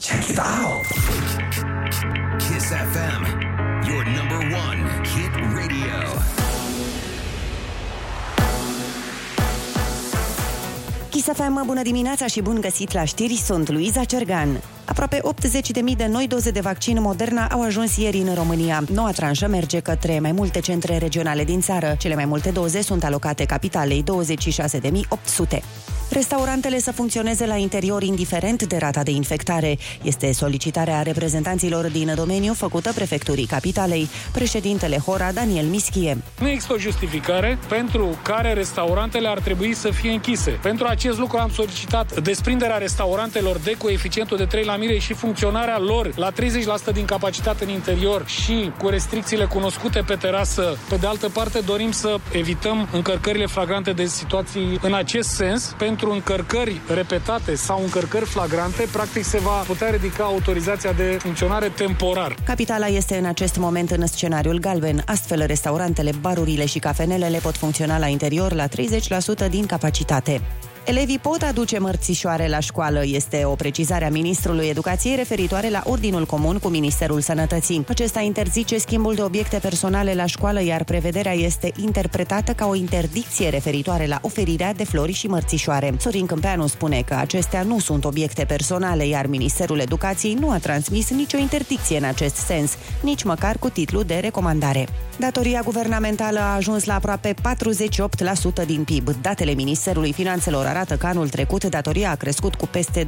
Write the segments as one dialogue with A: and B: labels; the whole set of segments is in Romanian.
A: Check it out.
B: Kiss FM, your number one hit radio.
C: Chisafeamă, bună dimineața și bun găsit la știri, sunt Luiza Cergan. Aproape 80.000 de noi doze de vaccin Moderna au ajuns ieri în România. Noua tranșă merge către mai multe centre regionale din țară. Cele mai multe doze sunt alocate capitalei 26.800. Restaurantele să funcționeze la interior indiferent de rata de infectare. Este solicitarea reprezentanților din domeniu făcută prefecturii capitalei, președintele Hora Daniel Mischie.
D: Nu există o justificare pentru care restaurantele ar trebui să fie închise. Pentru acest lucru am solicitat desprinderea restaurantelor de coeficientul de 3 la mire și funcționarea lor la 30% din capacitate în interior și cu restricțiile cunoscute pe terasă. Pe de altă parte, dorim să evităm încărcările flagrante de situații în acest sens. Pentru încărcări repetate sau încărcări flagrante, practic se va putea ridica autorizația de funcționare temporar.
C: Capitala este în acest moment în scenariul galben, astfel restaurantele, barurile și cafenelele pot funcționa la interior la 30% din capacitate. Elevii pot aduce mărțișoare la școală, este o precizare a Ministrului Educației referitoare la Ordinul Comun cu Ministerul Sănătății. Acesta interzice schimbul de obiecte personale la școală, iar prevederea este interpretată ca o interdicție referitoare la oferirea de flori și mărțișoare. Sorin Câmpeanu spune că acestea nu sunt obiecte personale, iar Ministerul Educației nu a transmis nicio interdicție în acest sens, nici măcar cu titlu de recomandare. Datoria guvernamentală a ajuns la aproape 48% din PIB. Datele Ministerului Finanțelor arată că anul trecut datoria a crescut cu peste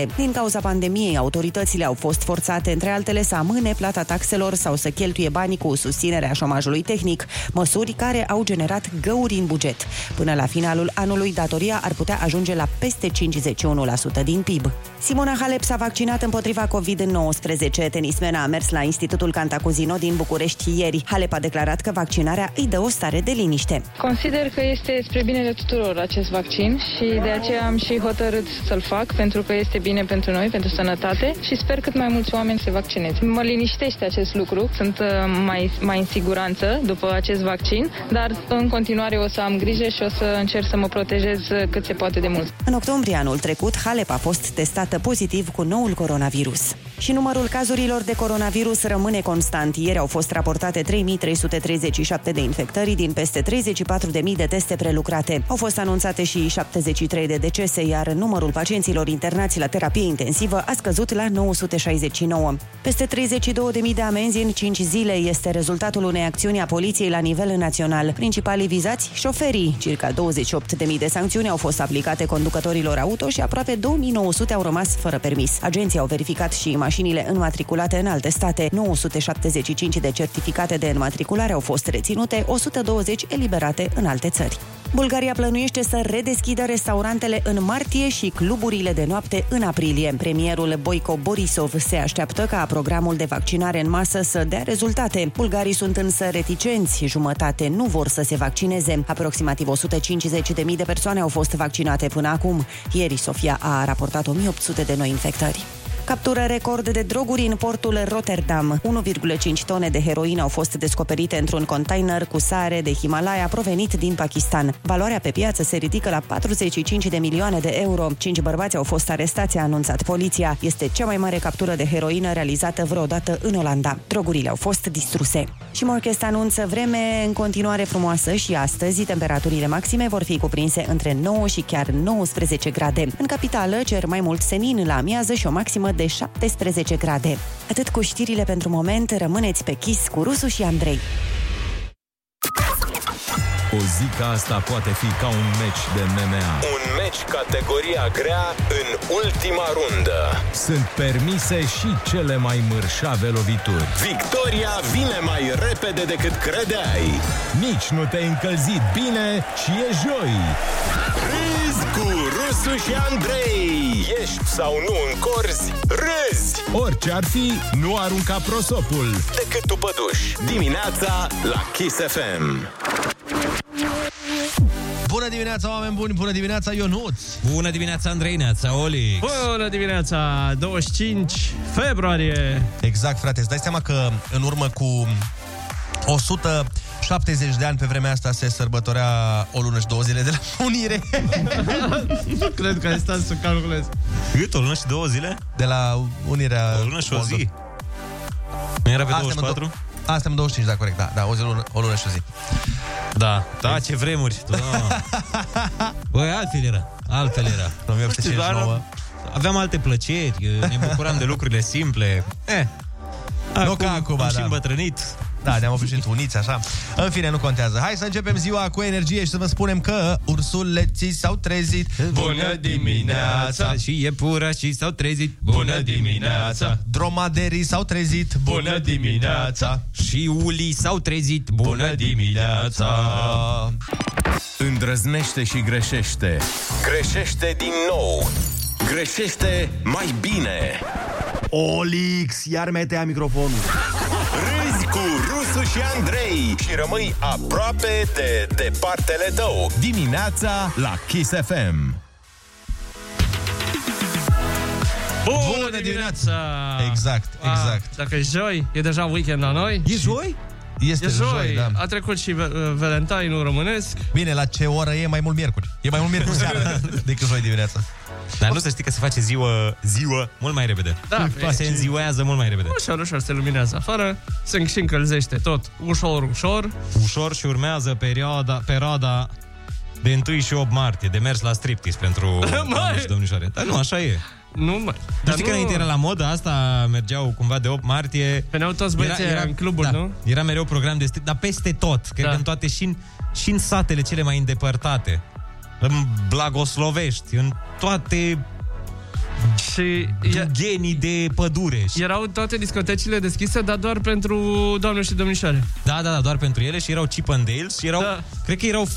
C: 12%. Din cauza pandemiei, autoritățile au fost forțate, între altele, să amâne plata taxelor sau să cheltuie banii cu susținerea șomajului tehnic, măsuri care au generat găuri în buget. Până la finalul anului, datoria ar putea ajunge la peste 51% din PIB. Simona Halep s-a vaccinat împotriva COVID-19. Tenismena a mers la Institutul Cantacuzino din București ieri. Halep a declarat că vaccinarea îi dă o stare de liniște.
E: Consider că este spre binele tuturor acest vaccin și de aceea am și hotărât să-l fac pentru că este bine pentru noi, pentru sănătate și sper cât mai mulți oameni se vaccineze. Mă liniștește acest lucru, sunt uh, mai, mai în siguranță după acest vaccin, dar în continuare o să am grijă și o să încerc să mă protejez uh, cât se poate de mult.
C: În octombrie anul trecut, Halep a fost testată pozitiv cu noul coronavirus. Și numărul cazurilor de coronavirus rămâne constant. Ieri au fost raportate 3337 de infectări din peste 34.000 de teste prelucrate. Au fost anunțate și 73 de decese, iar numărul pacienților internați la terapie intensivă a scăzut la 969. Peste 32.000 de amenzi în 5 zile este rezultatul unei acțiuni a poliției la nivel național. Principalii vizați, șoferii. Circa 28.000 de sancțiuni au fost aplicate conducătorilor auto și aproape 2900 au rămas fără permis. Agenții au verificat și mașinile înmatriculate în alte state. 975 de certificate de înmatriculare au fost reținute, 120 eliberate în alte țări. Bulgaria plănuiește să redeschidă restaurantele în martie și cluburile de noapte în aprilie. Premierul Boico Borisov se așteaptă ca programul de vaccinare în masă să dea rezultate. Bulgarii sunt însă reticenți, jumătate nu vor să se vaccineze. Aproximativ 150.000 de persoane au fost vaccinate până acum. Ieri Sofia a raportat 1.800 de noi infectări. Captură record de droguri în portul Rotterdam. 1,5 tone de heroină au fost descoperite într-un container cu sare de Himalaya provenit din Pakistan. Valoarea pe piață se ridică la 45 de milioane de euro. Cinci bărbați au fost arestați, a anunțat poliția. Este cea mai mare captură de heroină realizată vreodată în Olanda. Drogurile au fost distruse. Și Morchest anunță vreme în continuare frumoasă și astăzi temperaturile maxime vor fi cuprinse între 9 și chiar 19 grade. În capitală cer mai mult senin la amiază și o maximă de 17 grade. Atât cu știrile pentru moment, rămâneți pe Kiss cu Rusu și Andrei.
F: O zi ca asta poate fi ca un meci de MMA.
G: Un meci categoria grea în ultima rundă.
F: Sunt permise și cele mai mărșave lovituri.
G: Victoria vine mai repede decât credeai.
F: Nici nu te-ai încălzit bine și e joi.
G: Râzi cu Rusu și Andrei. Ești sau nu în corzi, râzi
F: Orice ar fi, nu arunca prosopul.
G: decât tu păduși. Dimineața la Kiss FM.
H: Bună dimineața, oameni buni! Bună dimineața, Ionuț!
I: Bună dimineața, Andrei Neața, Oli.
J: Bună dimineața, 25 februarie.
H: Exact, frate, îți dai seama că în urmă cu 100 70 de ani pe vremea asta se sărbătorea o lună și două zile de la unire. nu cred că ai stat să calculez.
I: Cât? O lună și două zile?
H: De la unirea...
I: O lună și o zi. Nu era pe
H: Asta mă
I: 24?
H: Asta am 25, da, corect, da, da, o, zi, o lună și o zi.
I: Da, da, ce vremuri. Da. Băi, altfel era. Altfel era. Nu știu, dar
H: 1859.
I: Aveam alte plăceri, ne bucuram de lucrurile simple. Eh,
H: nu ca acum,
I: am și
H: da.
I: îmbătrânit.
H: Da, ne-am obișnuit uniți, așa. În fine, nu contează. Hai să începem ziua cu energie și să vă spunem că ursuleții s-au trezit.
I: Și iepurașii s-au trezit
H: Dromaderii s-au trezit.
I: Și ulii s-au trezit Bună dimineața
F: Îndrăznește și greșește.
G: Greșește din nou. Greșește mai bine.
A: Olix, iar metea microfonul.
G: Râzi cu Rusu și Andrei și rămâi aproape de departele tău.
F: Dimineața la Kiss FM.
J: Bună dimineața!
H: Exact, exact.
J: Ah, dacă e joi, e deja weekend la noi.
A: E joi?
H: Este
J: E joi,
H: joi, da.
J: a trecut și uh, Valentine-ul românesc.
H: Bine, la ce oră e mai mult miercuri? E mai mult miercuri seara decât joi dimineața.
I: Dar nu să știi că se face ziua, ziua mult mai repede
J: Da, că e-
I: Se înziuează mult mai repede
J: Ușor, ușor se luminează afară, se și încălzește tot, ușor, ușor.
I: Ușor și urmează perioada, perioada de 1 și 8 martie, de mers la striptease pentru doamne și domnișoare. Dar nu, așa e.
J: Nu mai.
I: Dar știi nu... că înainte era la modă asta, mergeau cumva de 8 martie.
J: Veneau toți băieții era, în cluburi,
I: da,
J: nu?
I: Era mereu program de strip, dar peste tot. Cred
J: Da.
I: că în toate și în, și în satele cele mai îndepărtate. În Blagoslovești, în toate
J: Și e,
I: genii de pădure. Și...
J: erau toate discotecile deschise, dar doar pentru doamne și domnișoare.
I: Da, da, da, doar pentru ele și erau Chip and Dales și erau,
J: Da.
I: da. cred că erau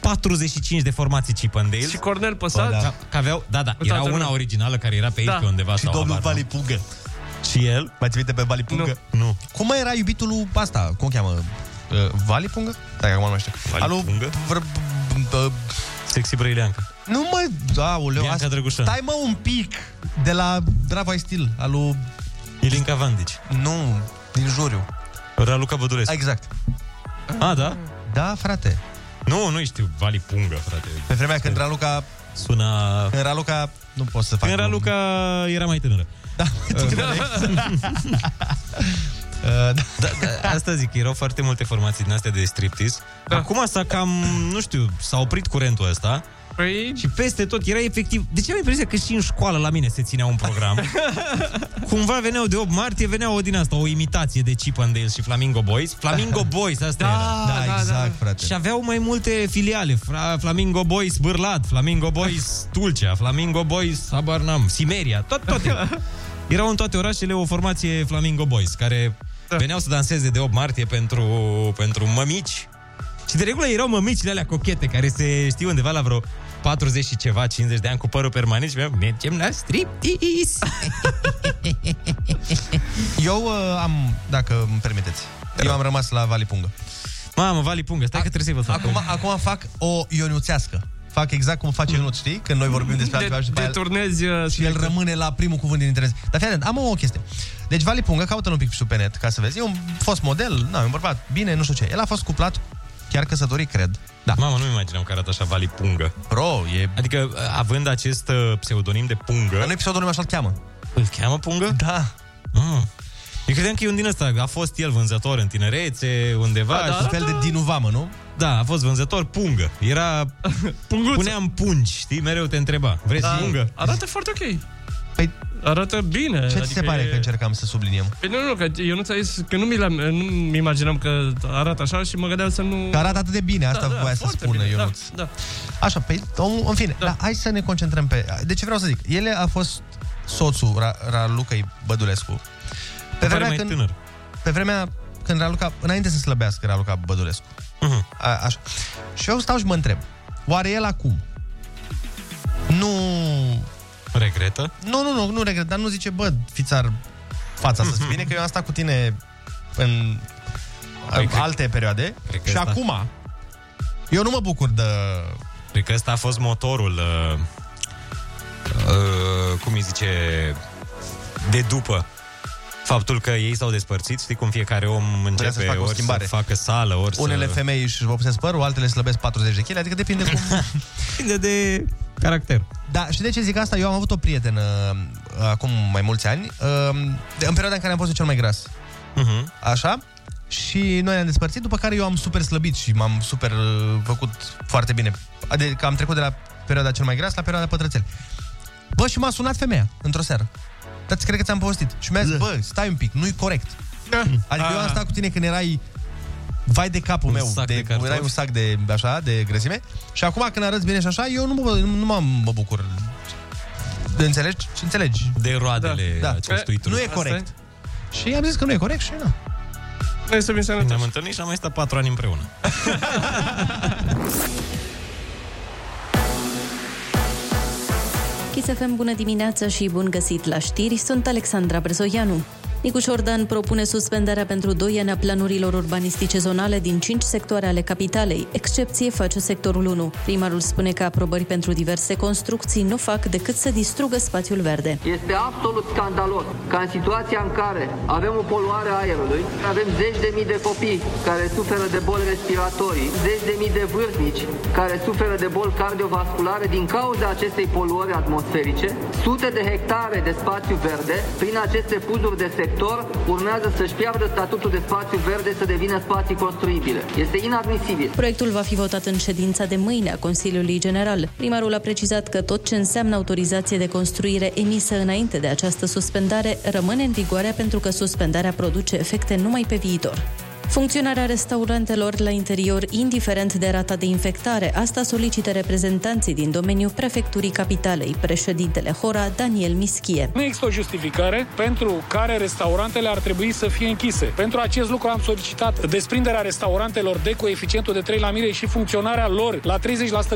I: 45 de formații Chip and Dales.
J: Și Cornel Păsat.
I: Da. Că aveau, da, da, era
J: toată
I: una
J: lumea.
I: originală care era pe aici
J: Da.
I: pe undeva
H: Și
I: sau
H: domnul
I: habar
H: Vali
I: n-am.
H: Pugă.
I: Și el?
H: Mai ții minte pe Vali Pungă?
I: Nu.
H: Cum mai era iubitul lui asta? Cum o cheamă? Uh, Vali Pungă? Da, că acum nu mai știu.
I: Vali
H: Al lui
I: Pungă?
H: Vr- bă-
I: Sexy Brăileancă.
H: Nu mă... Da, uleu,
I: Bianca Drăgușan.
H: Stai mă un pic de la Drava Stil, al lui...
I: Ilinca Vandici.
H: Nu, din juriu.
I: Raluca Bădulescu.
H: Exact.
I: A, da?
H: Da, frate.
I: Nu, nu știu. Vali Pungă, frate.
H: Pe vremea când Raluca...
I: Suna...
H: Când Raluca... Nu pot să fac... Da,
I: Când Raluca era mai tânără.
H: Uh, da.
I: Da, da, asta zic, erau foarte multe formații din astea de striptease. Da. Acum s-a cam, nu știu, s-a oprit curentul ăsta
J: Păi,
I: și peste tot era efectiv... De ce am impresia că și în școală la mine se ținea un program? Cumva veneau de 8 martie, venea o din asta, o imitație de Chip and Dale și Flamingo Boys. Flamingo Boys, asta era.
H: Da, da, exact, da. frate.
I: Și aveau mai multe filiale. Fra- Flamingo Boys Bârlad, Flamingo Boys Tulcea, Flamingo Boys habar n-am, Simeria, tot, toate. Erau în toate orașele o formație Flamingo Boys, care da. veneau să danseze de 8 martie pentru, pentru mămici. Și de regulă erau mămicile alea cochete, care se știu undeva la vreo 40 și ceva, 50 de ani cu părul permanent și veneau, mergem la striptease.
H: Eu uh, am, dacă îmi permiteți, eu am rămas la Vali Pungă.
I: Mamă, Vali Punga, stai că trebuie să vă fac.
H: Acum, acum fac o ionuțească. Fac exact cum face Ionut, știi? Când noi vorbim despre altceva
J: de,
H: și după aia-
J: deturnezi uh,
H: și el rămâne la primul cuvânt din interes. Dar fii atent, am o chestie. Deci Vali Punga, caută-l un pic și pe net, ca să vezi. E un fost model, na, e un bărbat, bine, nu știu ce. El a fost cuplat, chiar căsătorit, cred. Da.
I: Mamă, nu-mi imaginam că arată așa Vali Punga.
H: Bro, e...
I: Adică, având acest uh, pseudonim de pungă...
H: Dar nu e pseudonimul așa-l cheamă.
I: Îl cheamă pungă?
H: Da.
I: Mm. Eu credeam că e un din ăsta. A fost el vânzător în tinerețe, undeva.
J: A, da?
I: și...
H: Un fel de dinuvamă, nu?
I: da, a fost vânzător pungă. Era...
J: Punguță.
I: Puneam pungi, știi? Mereu te întreba. Vrei da. pungă?
J: Arată foarte ok.
H: Păi,
J: Arată
I: Eh,
J: bine. adică
H: ce
I: adică
H: ți se pare
J: e-
H: că încercam să subliniem?
J: Păi nu, nu, că eu nu ți-a zis, că nu mi, l-am- nu mi imaginam că arată așa și mă gândeam să nu...
H: Că arată atât de bine, asta da, voia să
J: foarte
H: spună
J: bine,
H: Ionuț.
J: Da, da.
H: Așa, pe, om, în fine,
J: Da.
H: da. dar hai să ne concentrăm pe... De ce vreau să zic? El a fost soțul Ra- Ralucăi Bădulescu. Pe
I: Pare
H: vremea,
I: mai
H: când,
I: tânăr.
H: pe vremea când Raluca... Înainte să slăbească Raluca Bădulescu.
I: Mhm.
H: A, așa. Și eu stau și mă întreb. Oare el acum? Nu...
I: Regretă?
H: Nu, nu, nu, nu regret, dar nu zice, bă, fițar fața să-ți bine, că eu am stat cu tine în
I: Păi, cred-
H: alte perioade
I: cred că
H: și
I: asta-
H: acum eu nu mă bucur de...
I: Uh, Cred că ăsta a fost motorul... Uh, uh, cum îi zice... De după. Faptul că ei s-au despărțit, știi cum fiecare om
H: să-și
I: începe
H: facă o
I: ori
H: schimbare.
I: să facă sală, ori
H: Unele
I: să...
H: femei își vopsesc părul, altele slăbesc 40 de kg, adică depinde cum...
I: depinde de caracter.
H: Da, și de ce zic asta? Eu am avut o prietenă uh, acum mai mulți ani, uh, de- în perioada în care am fost eu cel mai gras.
I: Uh-huh.
H: Așa? Și noi ne-am despărțit, după care eu am super slăbit și m-am super uh, făcut foarte bine. Adică am trecut de la perioada cel mai gras la perioada pătrățel. Bă, și m-a sunat femeia într-o seară. Dar cred că ți-am povestit. Și mi-a zis, bă, stai un pic, nu-i corect. Adică eu am stat cu tine când erai vai de capul
I: Un
H: meu,
I: sac
H: de,
I: de cartofi.
H: erai un sac de, așa, de grăsime. Și acum când arăți bine și așa, eu nu mă, nu mă, mă bucur. Înțelegi? Ce înțelegi?
I: De roadele
H: Da.
I: acestui truc.
H: Nu e corect. Și i-am zis că nu e corect și nu.
I: Noi suntem sănătoși. Ne-am întâlnit și am mai stat patru ani împreună.
K: Chisafem, bună dimineața și bun găsit la știri, sunt Alexandra Brezoianu. Nicu Șordan propune suspendarea pentru 2 ani a planurilor urbanistice zonale din 5 sectoare ale capitalei. Excepție face sectorul 1. Primarul spune că aprobări pentru diverse construcții nu fac decât să distrugă spațiul verde.
L: Este absolut scandalos ca în situația în care avem o poluare a aerului, avem zeci de mii de copii care suferă de boli respiratorii, zeci de mii de vârstnici care suferă de boli cardiovasculare din cauza acestei poluări atmosferice, sute de hectare de spațiu verde, prin aceste fuzuri de sector, urmează să-și piardă statutul de spațiu verde să devină spații construibile. Este inadmisibil.
K: Proiectul va fi votat în ședința de mâine a Consiliului General. Primarul a precizat că tot ce înseamnă autorizație de construire emisă înainte de această suspendare rămâne în vigoare pentru că suspendarea produce efecte numai pe viitor. Funcționarea restaurantelor la interior, indiferent de rata de infectare, asta solicită reprezentanții din domeniul prefecturii capitalei, președintele Hora Daniel Mischie.
D: Nu există o justificare pentru care restaurantele ar trebui să fie închise. Pentru acest lucru am solicitat desprinderea restaurantelor de coeficientul de 3 la mire și funcționarea lor la 30%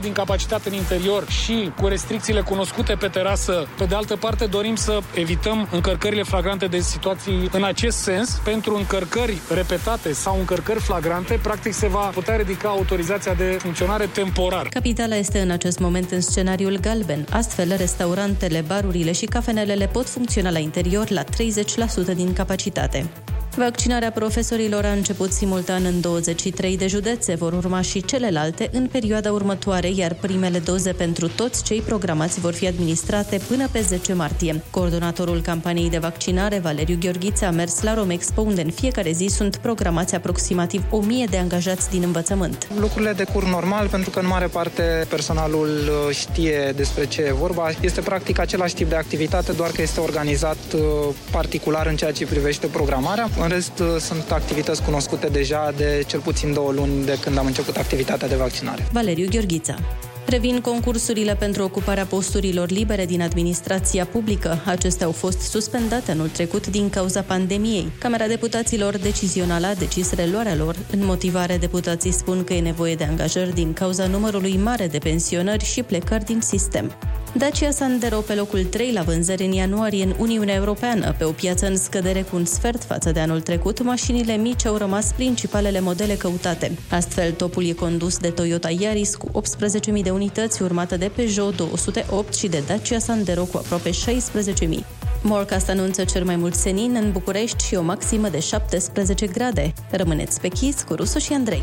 D: din capacitate în interior și cu restricțiile cunoscute pe terasă. Pe de altă parte, dorim să evităm încărcările flagrante de situații în acest sens. Pentru încărcări repetate sau încărcări flagrante, practic se va putea ridica autorizația de funcționare temporar.
K: Capitala este în acest moment în scenariul galben, astfel restaurantele, barurile și cafenelele pot funcționa la interior la 30% din capacitate. Vaccinarea profesorilor a început simultan în 23 de județe, vor urma și celelalte în perioada următoare, iar primele doze pentru toți cei programați vor fi administrate până pe 10 martie. Coordonatorul campaniei de vaccinare, Valeriu Gheorghiță, a mers la Romexpo, unde în fiecare zi sunt programați aproximativ 1000 de angajați din învățământ.
M: Lucrurile decur normal pentru că în mare parte personalul uh, știe despre ce e vorba. Este practic același tip de activitate, doar că este organizat uh, particular în ceea ce privește programarea. În rest, uh, sunt activități cunoscute deja de cel puțin două luni de când am început activitatea de vaccinare.
K: Valeriu Gheorghița. Revin concursurile pentru ocuparea posturilor libere din administrația publică. Acestea au fost suspendate anul trecut din cauza pandemiei. Camera Deputaților Decizională a decis reluarea lor. În motivare, deputații spun că e nevoie de angajări din cauza numărului mare de pensionări și plecări din sistem. Dacia Sandero pe locul 3 la vânzări în ianuarie în Uniunea Europeană. Pe o piață în scădere cu un sfert față de anul trecut, mașinile mici au rămas principalele modele căutate. Astfel, topul e condus de Toyota Yaris cu 18.000 de unități, urmată de Peugeot 208 și de Dacia Sandero cu aproape 16.000. Morcast anunță cel mai mult senin în București și o maximă de 17 grade. Rămâneți pe chis cu Rusu și Andrei.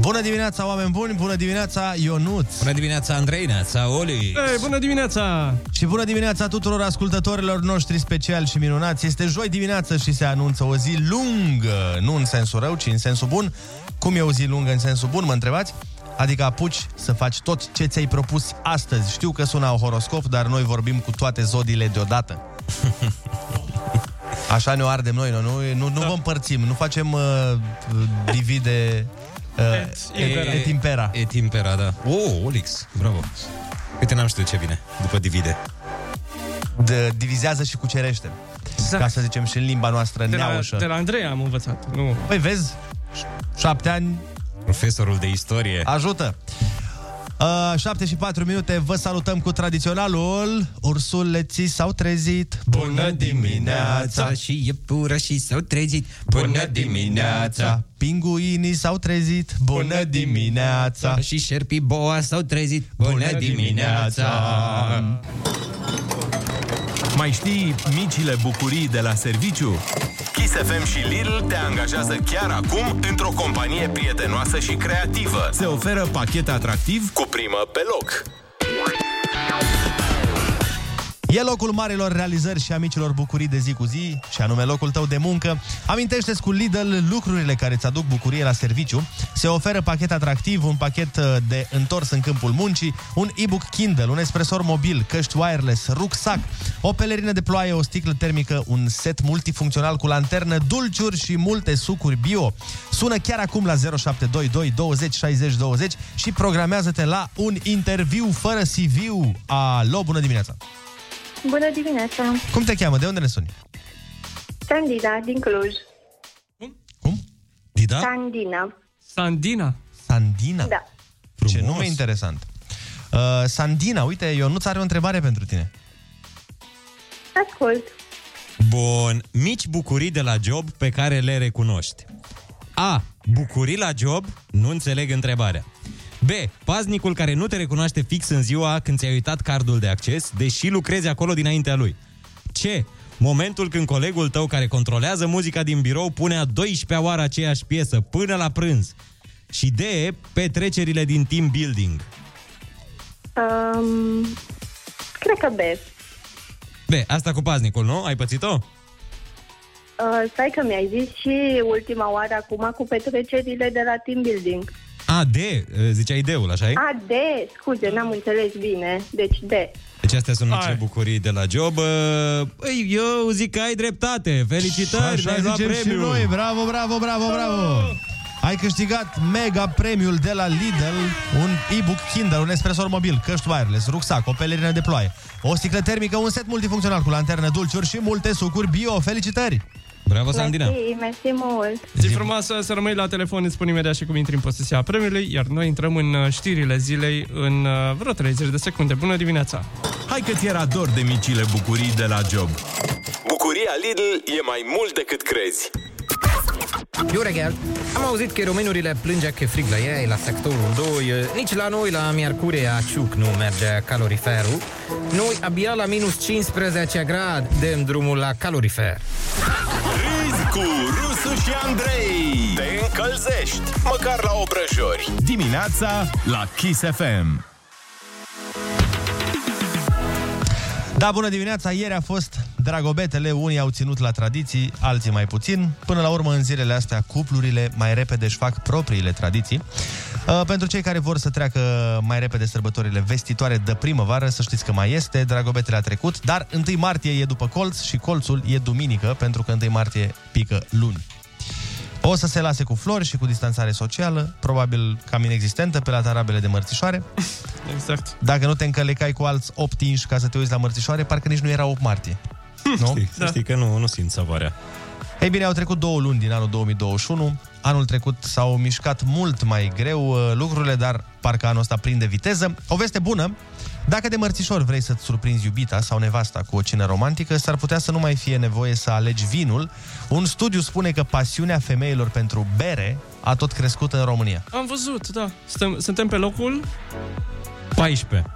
H: Bună dimineața, oameni buni! Bună dimineața, Ionuț! Bună dimineața, Andrei, neața, Oli!
J: Ei, bună dimineața!
H: Și bună dimineața tuturor ascultătorilor noștri special și minunați! Este joi dimineață și se anunță o zi lungă, nu în sensul rău, ci în sensul bun. Cum e o zi lungă în sensul bun, mă întrebați? Adică apuci să faci tot ce ți-ai propus astăzi. Știu că sună o horoscop, dar noi vorbim cu toate zodiile deodată. Așa ne ardem noi, nu, nu, nu,
J: Da.
H: nu vă împărțim, nu facem uh, divide uh, et, et impera.
I: Et impera, da. Oh, Olix, bravo. Uite, n-am știut ce vine după divide.
H: de, divizează și cucerește. Exact. Ca să zicem și în limba noastră
J: De la,
H: neaușă.
J: de la Andrei am învățat. Nu.
H: Păi vezi, șapte ani.
I: Profesorul de istorie.
H: Ajută! Uh, 7 și 4 minute, vă salutăm cu tradiționalul Ursuleții s-au trezit
I: Bună dimineața
H: Și iepurașii s-au trezit
I: Bună dimineața!
H: Pinguinii s-au trezit Bună dimineața
I: Și șerpii boa s-au trezit
H: Bună dimineața!
F: Mai știi micile bucurii de la serviciu?
G: Kiss FM și Lidl te angajează chiar acum într-o companie prietenoasă și creativă.
F: Se oferă pachet atractiv
G: Cu primă pe loc.
H: E locul marilor realizări și a micilor bucurii de zi cu zi, și anume locul tău de muncă. Amintește-ți cu Lidl lucrurile care îți aduc bucurie la serviciu. Se oferă pachet atractiv, un pachet uh, de întors în câmpul muncii, un e-book Kindle, un espresor mobil, căști wireless, rucsac, o pelerină de ploaie, o sticlă termică, un set multifuncțional cu lanternă, dulciuri și multe sucuri bio. Sună chiar acum la 0722 20 60 20 și programează-te la un interviu fără CV. Alo, bună dimineața!
N: Bună dimineața!
H: Cum te cheamă? De unde ne suni?
N: Sandina, din Cluj.
H: Da?
I: Dida?
N: Sandina.
H: Sandina. Sandina?
N: Da.
H: Frumos. Ce nume interesant. Uh, Sandina, uite, Ionuț are o întrebare pentru tine.
N: Ascult.
I: Bun. Mici bucurii de la job pe care le recunoști. A. Bucurii la job? Nu înțeleg întrebarea. B. Paznicul care nu te recunoaște fix în ziua când ți-ai uitat cardul de acces, deși lucrezi acolo dinaintea lui. C. Momentul când colegul tău care controlează muzica din birou pune a 12-a oară aceeași piesă până la prânz. Și D. Petrecerile din team building.
N: Um, cred că B.
I: B. Asta cu paznicul, nu? Ai pățit-o?
N: Uh, stai că mi-ai zis și ultima oară acum cu petrecerile de la team building.
I: A, D. Ziceai D-ul, așa e?
N: A, D, scuze, n-am înțeles bine. Deci D.
I: Deci astea sunt niște bucurii de la job. Ei, eu zic că ai dreptate. Felicitări,
H: Așa
I: ai luat
H: zicem și
I: premiul.
H: noi. Bravo, bravo, bravo, bravo! Ai câștigat mega premiul de la Lidl, un e-book Kindle, un espresor mobil, căști wireless, rucsac, o pelerină de ploaie, o sticlă termică, un set multifuncțional cu lanternă, dulciuri și multe sucuri bio. Felicitări!
I: Bravo,
N: Mersi, mersi mult.
J: Zi frumoasă, să rămâi la telefon, îți spun imediat și cum intri în posesia premiului, iar noi intrăm în uh, știrile zilei în uh, vreo 30 de secunde. Bună dimineața!
F: Hai că ți era dor de micile bucurii de la job.
G: Bucuria Lidl e mai mult decât crezi.
O: Iureghel, am auzit că românurile plângea că e frig la ei, la sectorul 2, eh, nici la noi, la Miercurea Ciuc, nu merge caloriferul. Noi abia la minus 15 grade dăm drumul la calorifer.
G: Râzi cu Rusu și Andrei. Te încălzești, măcar la obrăjori.
F: Dimineața la Kiss FM.
H: Da, bună dimineața! Ieri a fost Dragobetele, unii au ținut la tradiții, alții mai puțin. Până la urmă, în zilele astea, cuplurile mai repede își fac propriile tradiții. Uh, Pentru cei care vor să treacă mai repede sărbătorile vestitoare de primăvară, să știți că mai este, Dragobetele a trecut, dar 1 martie e după colț și colțul e duminică, pentru că 1 martie pică luni. O să se lase cu flori și cu distanțare socială, probabil cam inexistentă pe la tarabele de mărțișoare.
J: Exact.
H: Dacă nu te încălecai cu alți 8 inși ca să te uiți la mărțișoare, parcă nici nu era 8 martie.
I: Nu? Știi, da. știi că nu, nu simt savoarea.
H: Ei bine, au trecut două luni din anul 2021. Anul trecut s-au mișcat mult mai greu uh, lucrurile, dar parcă anul ăsta prinde viteză. O veste bună, dacă de mărțișor vrei să-ți surprinzi iubita sau nevasta cu o cină romantică, s-ar putea să nu mai fie nevoie să alegi vinul. Un studiu spune că pasiunea femeilor pentru bere a tot crescut în România.
J: Am văzut, da. Suntem, suntem pe locul
I: 14.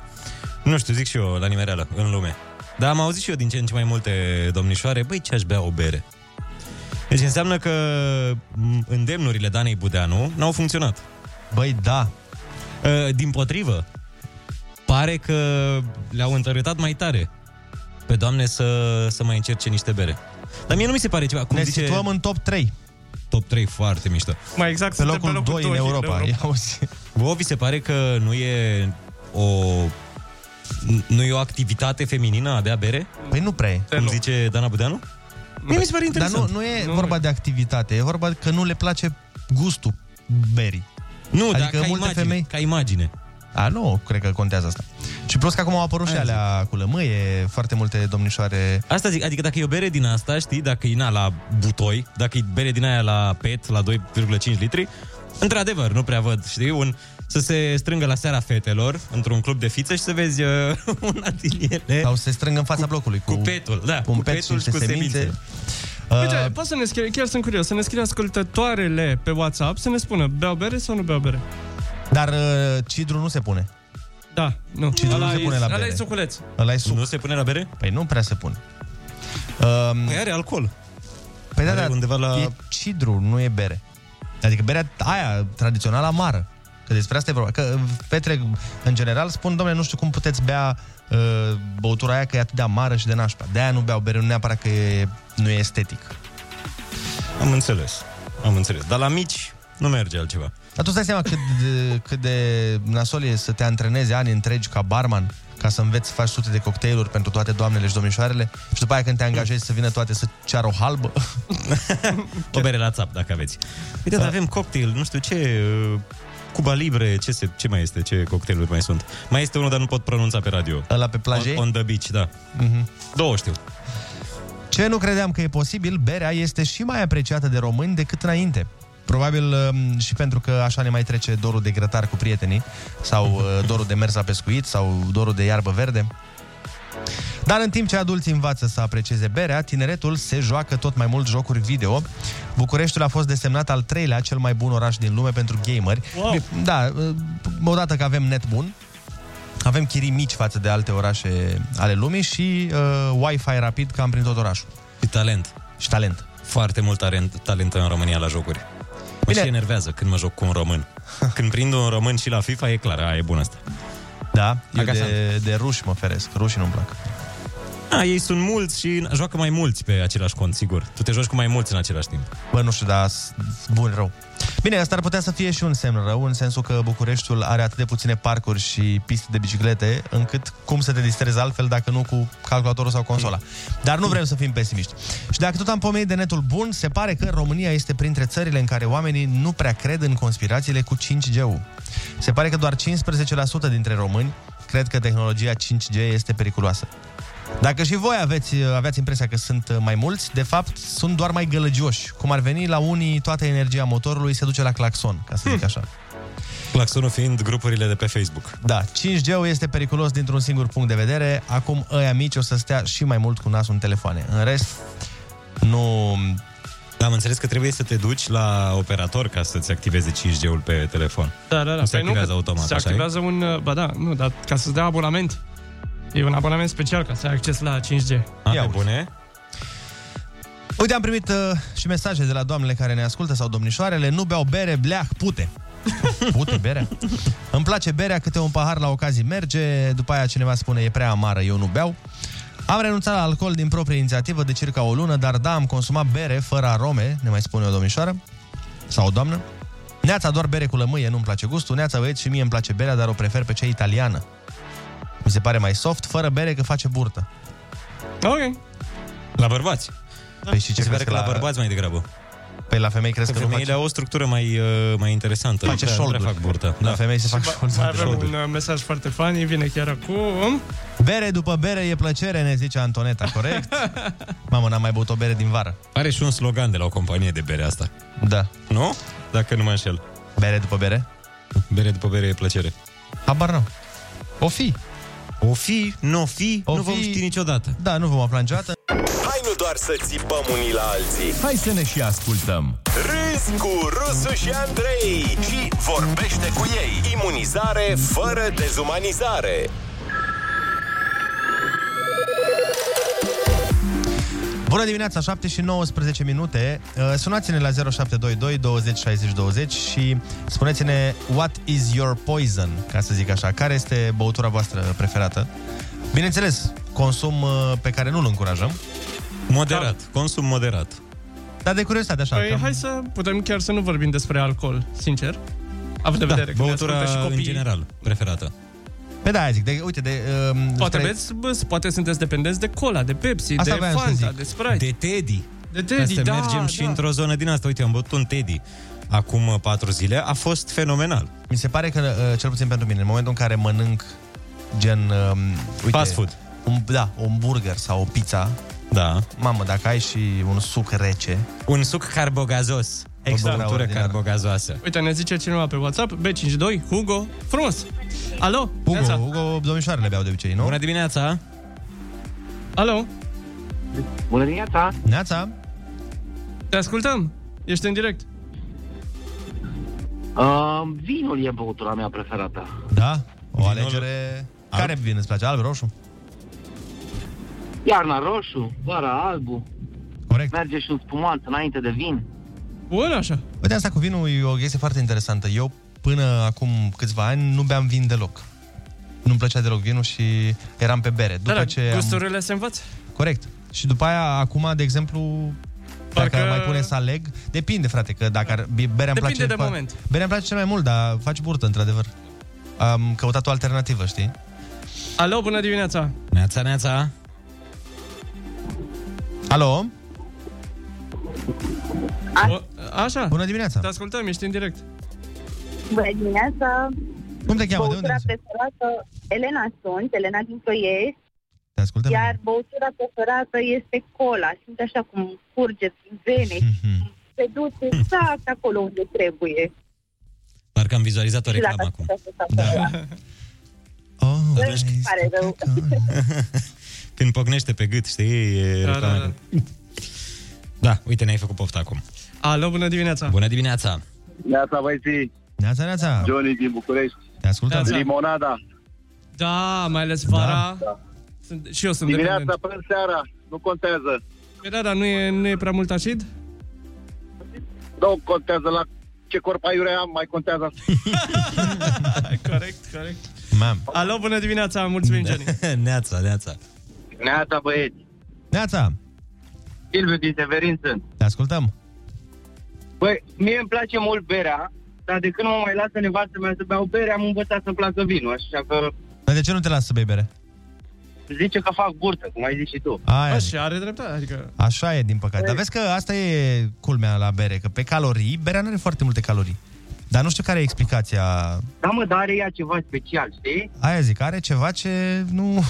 I: Nu știu, zic și eu la nimereală, în lume. Dar am auzit și eu din ce în ce mai multe domnișoare, băi, ce aș bea o bere? Deci înseamnă că m, îndemnurile Danei Budeanu n-au funcționat. Ă,
H: Băi, da.
I: Din potrivă, pare că le-au întărâtat mai tare pe doamne să, să mai încerce niște bere. Dar mie nu mi se pare ceva. Cum
H: ne
I: zice...
H: situăm în top 3.
I: Top 3 foarte mișto.
J: Mai exact,
H: Pe locul, pe locul 2 în Europa. Ia auzi.
I: Vă, vi se pare că nu e o nu e o activitate feminină a bea bere?
H: Păi nu prea e.
I: Cum zice Dana Budeanu? Mie mi se pare interesant.
H: Dar nu, nu e nu vorba de activitate, e vorba că nu le place gustul berii.
I: Nu,
H: adică
I: dar ca
H: multe
I: imagine,
H: femei
I: ca imagine.
H: A, nu, cred că contează asta. Și plus că acum au apărut și
I: Aia
H: alea cu lămâie, foarte multe domnișoare...
I: Asta zic, adică dacă e o bere din asta, știi, dacă e na la butoi, dacă e bere din aia la PET, la 2,5 litri, într-adevăr, nu prea văd, știi, un să se strângă la seara fetelor într-un club de fițe și să vezi uh, una din ele.
H: Sau se strâng în fața blocului cu,
I: cu petul, da,
H: cu un pet și niște semințe. Păi,
J: Uite, poți să ne scrie, chiar sunt curios, să ne scrie ascultătoarele pe WhatsApp să ne spună beau bere sau nu beau bere.
H: Dar uh, cidru nu se pune.
J: Da, nu.
H: Cidru nu
J: Ăla
H: se
J: e-
H: pune la
J: ăla
H: bere.
J: e suculeț.
H: Uh, Ăla e suc.
I: Nu se pune la bere?
H: Păi nu prea se pune. Um, păi
I: are alcool.
H: Păi da,
I: Are
H: da,
I: undeva la-
H: e cidru, nu e bere. Adică berea aia tradițională amară. Că despre asta e vorba. Că Petre, în general, spun, domnule, nu știu cum puteți bea uh, băutura aia că e atât de amară și de nașpa. De-aia nu beau bere, nu neapărat că e, nu e estetic.
I: Am înțeles, am înțeles. Dar la mici nu merge altceva.
H: Dar tu îți dai seama cât de, cât de nasol e să te antrenezi ani întregi ca barman, ca să înveți să faci sute de cocktailuri pentru toate doamnele și domnișoarele și după aia când te angajezi să vină toate să ceară o halbă.
I: O bere la țap, dacă aveți. Uite, dar avem cocktail, nu știu ce... uh, Cuba Libre, ce, se, ce mai este, ce cocktailuri mai sunt? Mai este unul, dar nu pot pronunța pe radio.
H: Ăla pe plaje?
I: On, on the beach, da.
H: Mhm.
I: Două știu.
H: Ce nu credeam că e posibil, berea este și mai apreciată de români decât înainte. Probabil um, și pentru că așa ne mai trece dorul de grătar cu prietenii sau uh, dorul de mers la pescuit sau dorul de iarbă verde. Dar în timp ce adulții învață să aprecieze berea, tineretul se joacă tot mai mult jocuri video. Bucureștiul a fost desemnat al treilea cel mai bun oraș din lume pentru gameri. Wow. Da, uh, odată că avem net bun, avem chirii mici față de alte orașe ale lumii și uh, Wi-Fi rapid cam prin tot orașul.
I: Și talent.
H: Și talent.
I: Foarte mult talent, talent în România la jocuri. Mă și enervează când mă joc cu un român. Când prind un român și la FIFA, e clar, a, e bun asta.
H: Da, eu
I: Acasă.
H: de, de ruși mă feresc, rușii nu-mi plac.
I: A, ei sunt mulți și joacă mai mulți pe același cont, sigur. Tu te joci cu mai mulți în același timp.
H: Bă, nu știu, dar s- bun rău. Bine, asta ar putea să fie și un semn rău, în sensul că Bucureștiul are atât de puține parcuri și piste de biciclete, încât cum să te distrezi altfel dacă nu cu calculatorul sau consola. Dar nu vrem să fim pesimiști. Și dacă tot am pomenit de netul bun, se pare că România este printre țările în care oamenii nu prea cred în conspirațiile cu 5G-ul. Se pare că doar 15% dintre români cred că tehnologia 5G este periculoasă. Dacă și voi aveți, aveați impresia că sunt mai mulți, de fapt sunt doar mai gălăgioși. Cum ar veni, la unii toată energia motorului se duce la claxon, ca să zic așa.
I: Claxonul fiind grupurile de pe Facebook.
H: Da, 5G-ul este periculos dintr-un singur punct de vedere. Acum ăia mici o să stea și mai mult cu nasul în telefoane. În rest, nu...
I: Da, am înțeles că trebuie să te duci la operator ca să-ți activeze 5G-ul pe telefon.
J: Da, da, da.
I: Nu se
J: Păi
I: activează
J: că
I: automat,
J: Se
I: așa e?
J: activează un... uh, Ba da, nu, dar ca să-ți dea abonament. E un abonament special ca să ai acces la 5G.
I: A, pe bune?
H: Uite, am primit uh, și mesaje de la doamnele care ne ascultă sau domnișoarele. Nu beau bere, bleah, pute. Pute berea? Îmi place berea, câte un pahar la ocazii merge, după aia cineva spune e prea amară, eu nu beau. Am renunțat la alcool din proprie inițiativă de circa o lună, dar da, am consumat bere fără arome, ne mai spune o domnișoară sau o doamnă. Neața doar bere cu lămâie, nu-mi place gustul. Neața băieți și mie îmi place berea, dar o prefer pe cea italiană. Mi se pare mai soft, fără bere că face burtă.
J: Ok.
I: La bărbați.
H: Păi și ce
I: Se
H: crezi
I: pare
H: că
I: că la
H: la-
I: bărbați mai degrabă.
H: Păi la femei crezi că, nu
I: femeile
H: face?
I: au o structură mai, uh, mai interesantă.
H: Face
I: Nu prea- nu prea
H: șolduri.
I: fac burtă. Da.
H: La femei se fac
J: Mai avem
H: șolduri.
J: un uh, mesaj foarte funny, vine chiar acum.
H: Bere după bere e plăcere, ne zice Antoneta, corect? Mamă, n-am mai băut o bere din vară.
I: Are și un slogan de la o companie de bere asta.
H: Da.
I: Nu? Dacă nu mă înșel.
H: Bere după bere?
I: Bere după bere e plăcere.
H: Habar n-am. O fi.
I: O fi, nu o fi,
H: O
I: nu vom
H: fi-
I: ști niciodată.
H: Da, nu vom afla niciodată.
G: Hai nu doar să țipăm unii la alții
B: Hai să ne și ascultăm.
G: Râzi cu Rusu și Andrei Și vorbește cu ei Imunizare fără dezumanizare
H: Bună dimineața, 7 și 19 minute. Uh, Sunați-ne la 0722 20 60 20 și spuneți-ne what is your poison, ca să zic așa. Care este băutura voastră preferată? Bineînțeles, consum uh, pe care nu-l încurajăm.
I: Moderat, consum moderat.
H: Dar de curiozitate, așa.
J: Păi
H: cam-
J: hai să putem chiar să nu vorbim despre alcool, sincer. Având în
I: Da,
J: vedere că ne
I: băutura
J: ascultă și
I: în
J: copiii.
I: general preferată.
H: Pe da, aia zic, de, uite, de... Um,
J: Poate, aveți, bă, poate sunteți dependenți de cola, de Pepsi,
H: Asta
J: de
H: voiam să
J: Fanta,
H: zic.
J: de Sprite.
I: De Teddy.
J: De Teddy,
I: Ca să
J: da,
I: mergem și
J: da.
I: într-o zonă din asta. Uite, am bătut un Teddy acum uh, patru zile. A fost fenomenal.
H: Mi se pare că, uh, cel puțin pentru mine, în momentul în care mănânc gen... um, Uite,
I: Fast food.
H: Un, da, un burger sau o pizza.
I: Da.
H: Mamă, dacă ai și un suc rece...
I: Un suc carbogazos.
J: Exact.
I: Băutură carbogazoasă.
J: Uite, ne zice cineva pe WhatsApp, B52, Hugo, frumos. Alo? Hugo,
H: Hugo, domnișoarele beau de obicei, nu?
I: Bună dimineața!
J: Alo?
P: Bună dimineața!
H: Neața!
J: Te ascultăm! Ești în direct.
P: Uh, vinul e băutura mea preferată.
H: Da? O alegere... Care vin îți place? Alb, roșu?
P: Iarna roșu, vara albu.
H: Corect.
P: Merge și un spumant înainte de vin.
J: Bun, așa.
H: Uite, asta cu vinul e o chestie foarte interesantă. Eu, până acum câțiva ani, nu beam vin deloc. Nu-mi plăcea deloc vinul și eram pe bere. După
J: Dar
H: ce am...
J: Da, gusturile se învață?
H: Corect. Și după aia, acum, de exemplu, dacă
J: Parcă-
H: Parcă... mai pune să aleg, depinde, frate, că dacă ar, bi- berea îmi
J: Depinde
H: place...
J: de
H: fa-
J: moment.
H: Berea îmi place cel mai mult, dar faci burtă, într-adevăr. Am căutat o alternativă, știi?
J: Alo, bună dimineața!
I: Neața, neața!
H: Alo?
J: O, așa.
H: Bună dimineața!
J: Te ascultăm, ești în direct.
Q: Bună dimineața!
H: Cum te cheamă? De unde
Q: Băutura preferată, Elena sunt, Elena din Ploiești.
H: Te ascultăm.
Q: Iar băutura preferată este cola. Simt așa cum curge prin vene
H: Mhm.
Q: și se duce exact acolo unde trebuie.
I: Parcă am vizualizat o
Q: Și
I: reclamă
Q: dacă
I: acum.
Q: Da.
H: Oh,
Q: pare rău.
I: Când pocnește pe gât, știi? E
J: Da,
I: da, da,
J: da,
I: da. da, uite, ne-ai făcut poftă acum.
J: Alo, bună dimineața!
I: Bună dimineața!
P: Neața, băieții!
H: Neața, neața!
P: Johnny din București.
H: Te ascultăm.
J: Neața.
P: Limonada.
J: Da, mai ales vara. Da. Sunt, și eu sunt
P: Dimineața
J: dependent.
P: până seara. Nu contează.
J: Păi Da, dar nu e, nu e prea mult acid?
P: Nu contează la ce corp aiurea am, mai contează asta.
J: corect, corect.
H: Mam.
J: Alo, bună dimineața, mulțumim, Johnny.
I: neața, neața.
P: Neața, băieți.
H: Neața,
P: Silviu din Severin sunt.
H: te ascultăm.
P: Băi, mie îmi place mult berea, dar de când mă mai lasă nevastă mea să beau bere, am învățat să-mi placă vinul, așa că
H: Dar de ce nu te lasă să bei bere?
P: zice că fac burtă, cum ai zis și tu.
H: Aia.
J: Și are dreptate, adică...
H: Așa e, din păcate. Dar vezi că asta e culmea la bere, că pe calorii, berea nu are foarte multe calorii. Dar nu știu care e explicația.
P: Da, mă, dar are ea ceva special, știi?
H: Aia zic, are ceva ce nu...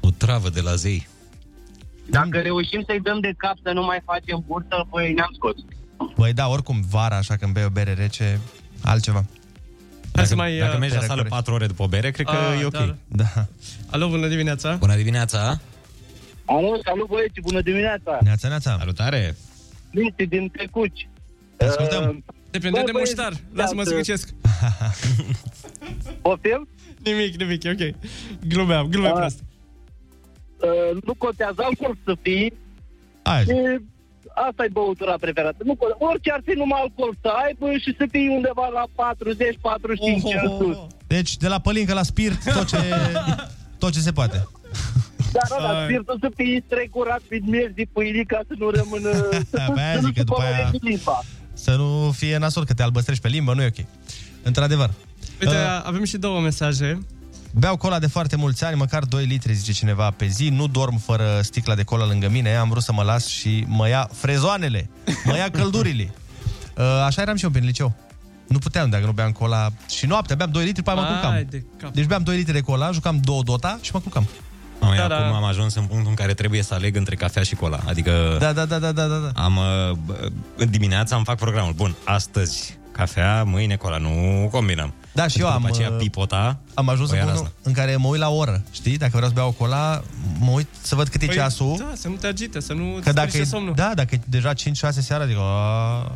I: O travă de la zei.
H: Mm.
P: Dacă reușim să-i dăm de cap să nu mai facem burtă, băi, ne-am scos.
H: Băi, da, oricum, vara, așa, când bei o bere rece, altceva.
J: Hai să mai...
I: Dacă
J: uh,
I: mergi la sală 4 ore după bere, cred că
J: Ah,
I: e ok.
J: da, da.
H: Da.
J: Alo, bună dimineața!
I: Bună dimineața!
P: Alo, salut băieți, bună dimineața!
H: Neața, neața!
I: Salutare!
P: Cristi din Tecuci.
H: Te ascultăm.
J: Depinde
P: Ehm, Bă,
J: de
P: băieți, da,
J: muștar. Lasă-mă să
P: iată.
J: ghicesc.
P: Poftim?
J: Nimic, nimic, e ok. Glumeam, glumeam
P: Ah.
J: prost.
P: Uh, nu contează, am corp să fii.
H: Hai.
P: Și asta e băutura preferată. Nu contează. Orice ar fi numai alcool să ai bă, și să fii undeva la 40-45 în sus.
H: Deci, de la pălincă la spirit, tot ce, tot ce se poate.
P: Dar da,
H: Ai.
P: da, spiritul să fii strecurat prin miez de pâinică să nu rămână...
J: Da,
P: să nu-
H: pe aia
P: să nu
H: zic că după
P: supăreze
H: aia-
P: limba.
H: Să nu fie nasol că te albăstrești pe limbă, nu e ok. Într-adevăr. Ă,
J: Uite, avem și două mesaje.
H: Beau cola de foarte mulți ani, măcar 2 litri, zice cineva, pe zi. Nu dorm fără sticla de cola lângă mine. Am vrut să mă las și mă ia frezoanele, mă ia căldurile. Uh, Așa eram și eu prin liceu. Nu puteam dacă nu beam cola. Și noaptea beam 2 litri, pe aia mă
J: Hai
H: culcam.
J: de cap.
H: deci beam 2 litri de cola, jucam două dota și mă culcam.
I: Mamă,
H: Da,
I: da,
H: da.
I: acum am ajuns în punctul în care trebuie să aleg între cafea și cola. Adică
H: Da, da, da, da, da, da. da.
I: am uh, b- în dimineața am fac programul. Bun, astăzi cafea, mâine cola. Nu combinăm.
H: Da, și
I: Pentru
H: eu
I: că
H: am,
I: După aceea
H: uh,
I: pipota.
H: Am ajuns
I: o
H: în
I: ia
H: punctul
I: razna.
H: în care mă uit la oră, știi? Dacă vreau să beau o cola, mă uit să văd cât e ceasul.
J: Da, să nu te agite, să nu
H: Că
J: te
H: dacă
J: dacă
H: e,
J: somnul.
H: da, dacă e deja 5-6 seara, adică... a,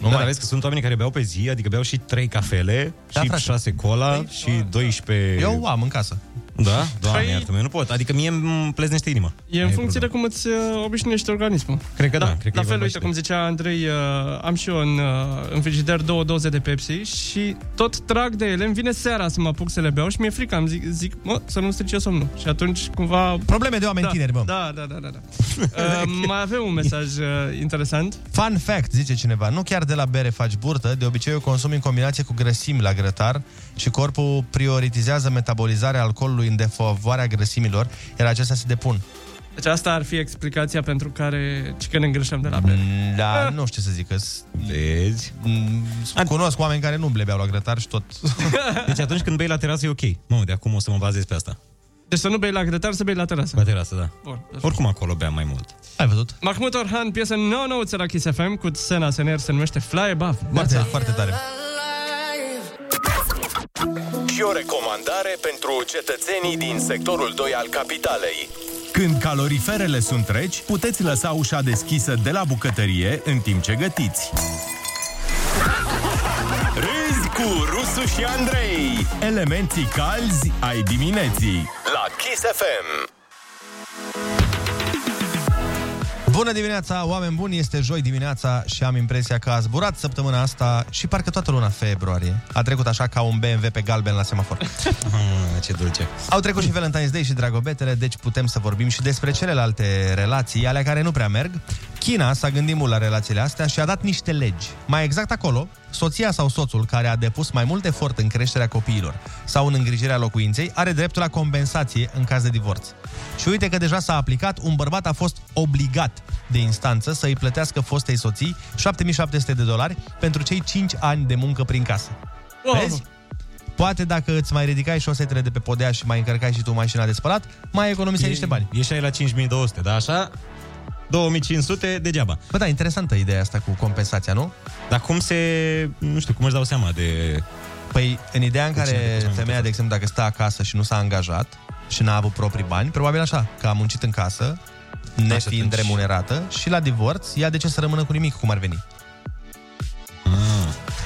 I: Nu mai vezi că sunt oameni care beau pe zi, adică beau și 3 cafele,
H: Da,
I: da, și
H: frate. Păi, da,
I: 6 cola și 12...
H: Eu o am în casă.
I: Da? Doamne,
J: Păi-
I: păi... iartă nu pot. Adică mie îmi pleznește inima.
J: E în funcție de cum îți uh, obișnuiești organismul.
I: Cred că da, cred că
J: la fel,
I: e vorba
J: uite,
I: și
J: cum zicea Andrei, uh, am și eu în, uh, în frigider două doze de Pepsi și tot trag de ele. Îmi vine seara să mă apuc să le beau și mi-e frică. Am zic, zic mă, să nu strice somnul. Și atunci, cumva...
H: Probleme de oameni
J: da,
H: tineri, bă.
J: Da, da, da, da. da. uh, mai avem un mesaj uh, interesant.
H: Fun fact, zice cineva, nu chiar de la bere faci burtă, de obicei o consumi în combinație cu grăsimi la grătar și corpul prioritizează metabolizarea alcoolului în defavoarea grăsimilor, iar acestea se depun.
J: Deci asta ar fi explicația pentru care ci că ne îngreșăm de la Uh. bere.
H: Da, nu știu ce să zic. Vezi? Mm, Cunosc oameni care nu blebeau la grătar și tot.
I: Deci atunci când bei la terasă e ok. Mă, de acum o să mă bazez pe asta.
J: Deci să nu bei la grătar, să bei la terasă.
I: Pe terasă, da.
J: Bun.
I: Oricum acolo beam mai mult.
H: Ai văzut?
J: Mahmut Orhan, piesă nouă nouță la Kiss FM cu Sena Sener, se numește Fly Above.
H: Foarte, foarte tare.
G: Și o recomandare pentru cetățenii din sectorul 2 al capitalei.
F: Când caloriferele sunt reci, puteți lăsa ușa deschisă de la bucătărie în timp ce gătiți.
G: Râzi cu Rusu și Andrei
F: Elementii calzi ai dimineții.
G: la Kiss FM.
H: Bună dimineața, oameni buni, este joi dimineața și am impresia că a zburat săptămâna asta și parcă toată luna februarie. A trecut așa ca un BMW pe galben la semafor. Ah,
I: Ce dulce.
H: Au trecut și Valentine's Day și Dragobetele, deci putem să vorbim și despre celelalte relații, alea care nu prea merg. China s-a gândit mult la relațiile astea și a dat niște legi. Mai exact acolo, soția sau soțul care a depus mai mult efort în creșterea copiilor sau în îngrijirea locuinței are dreptul la compensație în caz de divorț. Și uite că deja s-a aplicat, un bărbat a fost obligat de instanță să îi plătească fostei soții 7700 de dolari pentru cei 5 ani de muncă prin casă.
J: Wow.
H: Vezi? Poate dacă îți mai ridicai șosetele de pe podea și mai încărcai și tu mașina de spălat, mai economiseai niște bani.
I: Ieșai la 5200, da, așa? 2500 degeaba.
H: Bă, da, interesantă ideea asta cu compensația, nu?
I: Dar cum se... Nu știu, cum își dau seama de...
H: Păi, în ideea în care femeia, de exemplu, dacă stă acasă și nu s-a angajat și n-a avut proprii bani, probabil așa, că a muncit în casă, nefiind
I: atunci.
H: remunerată și la divorț, ea de ce să rămână cu nimic, cum ar veni?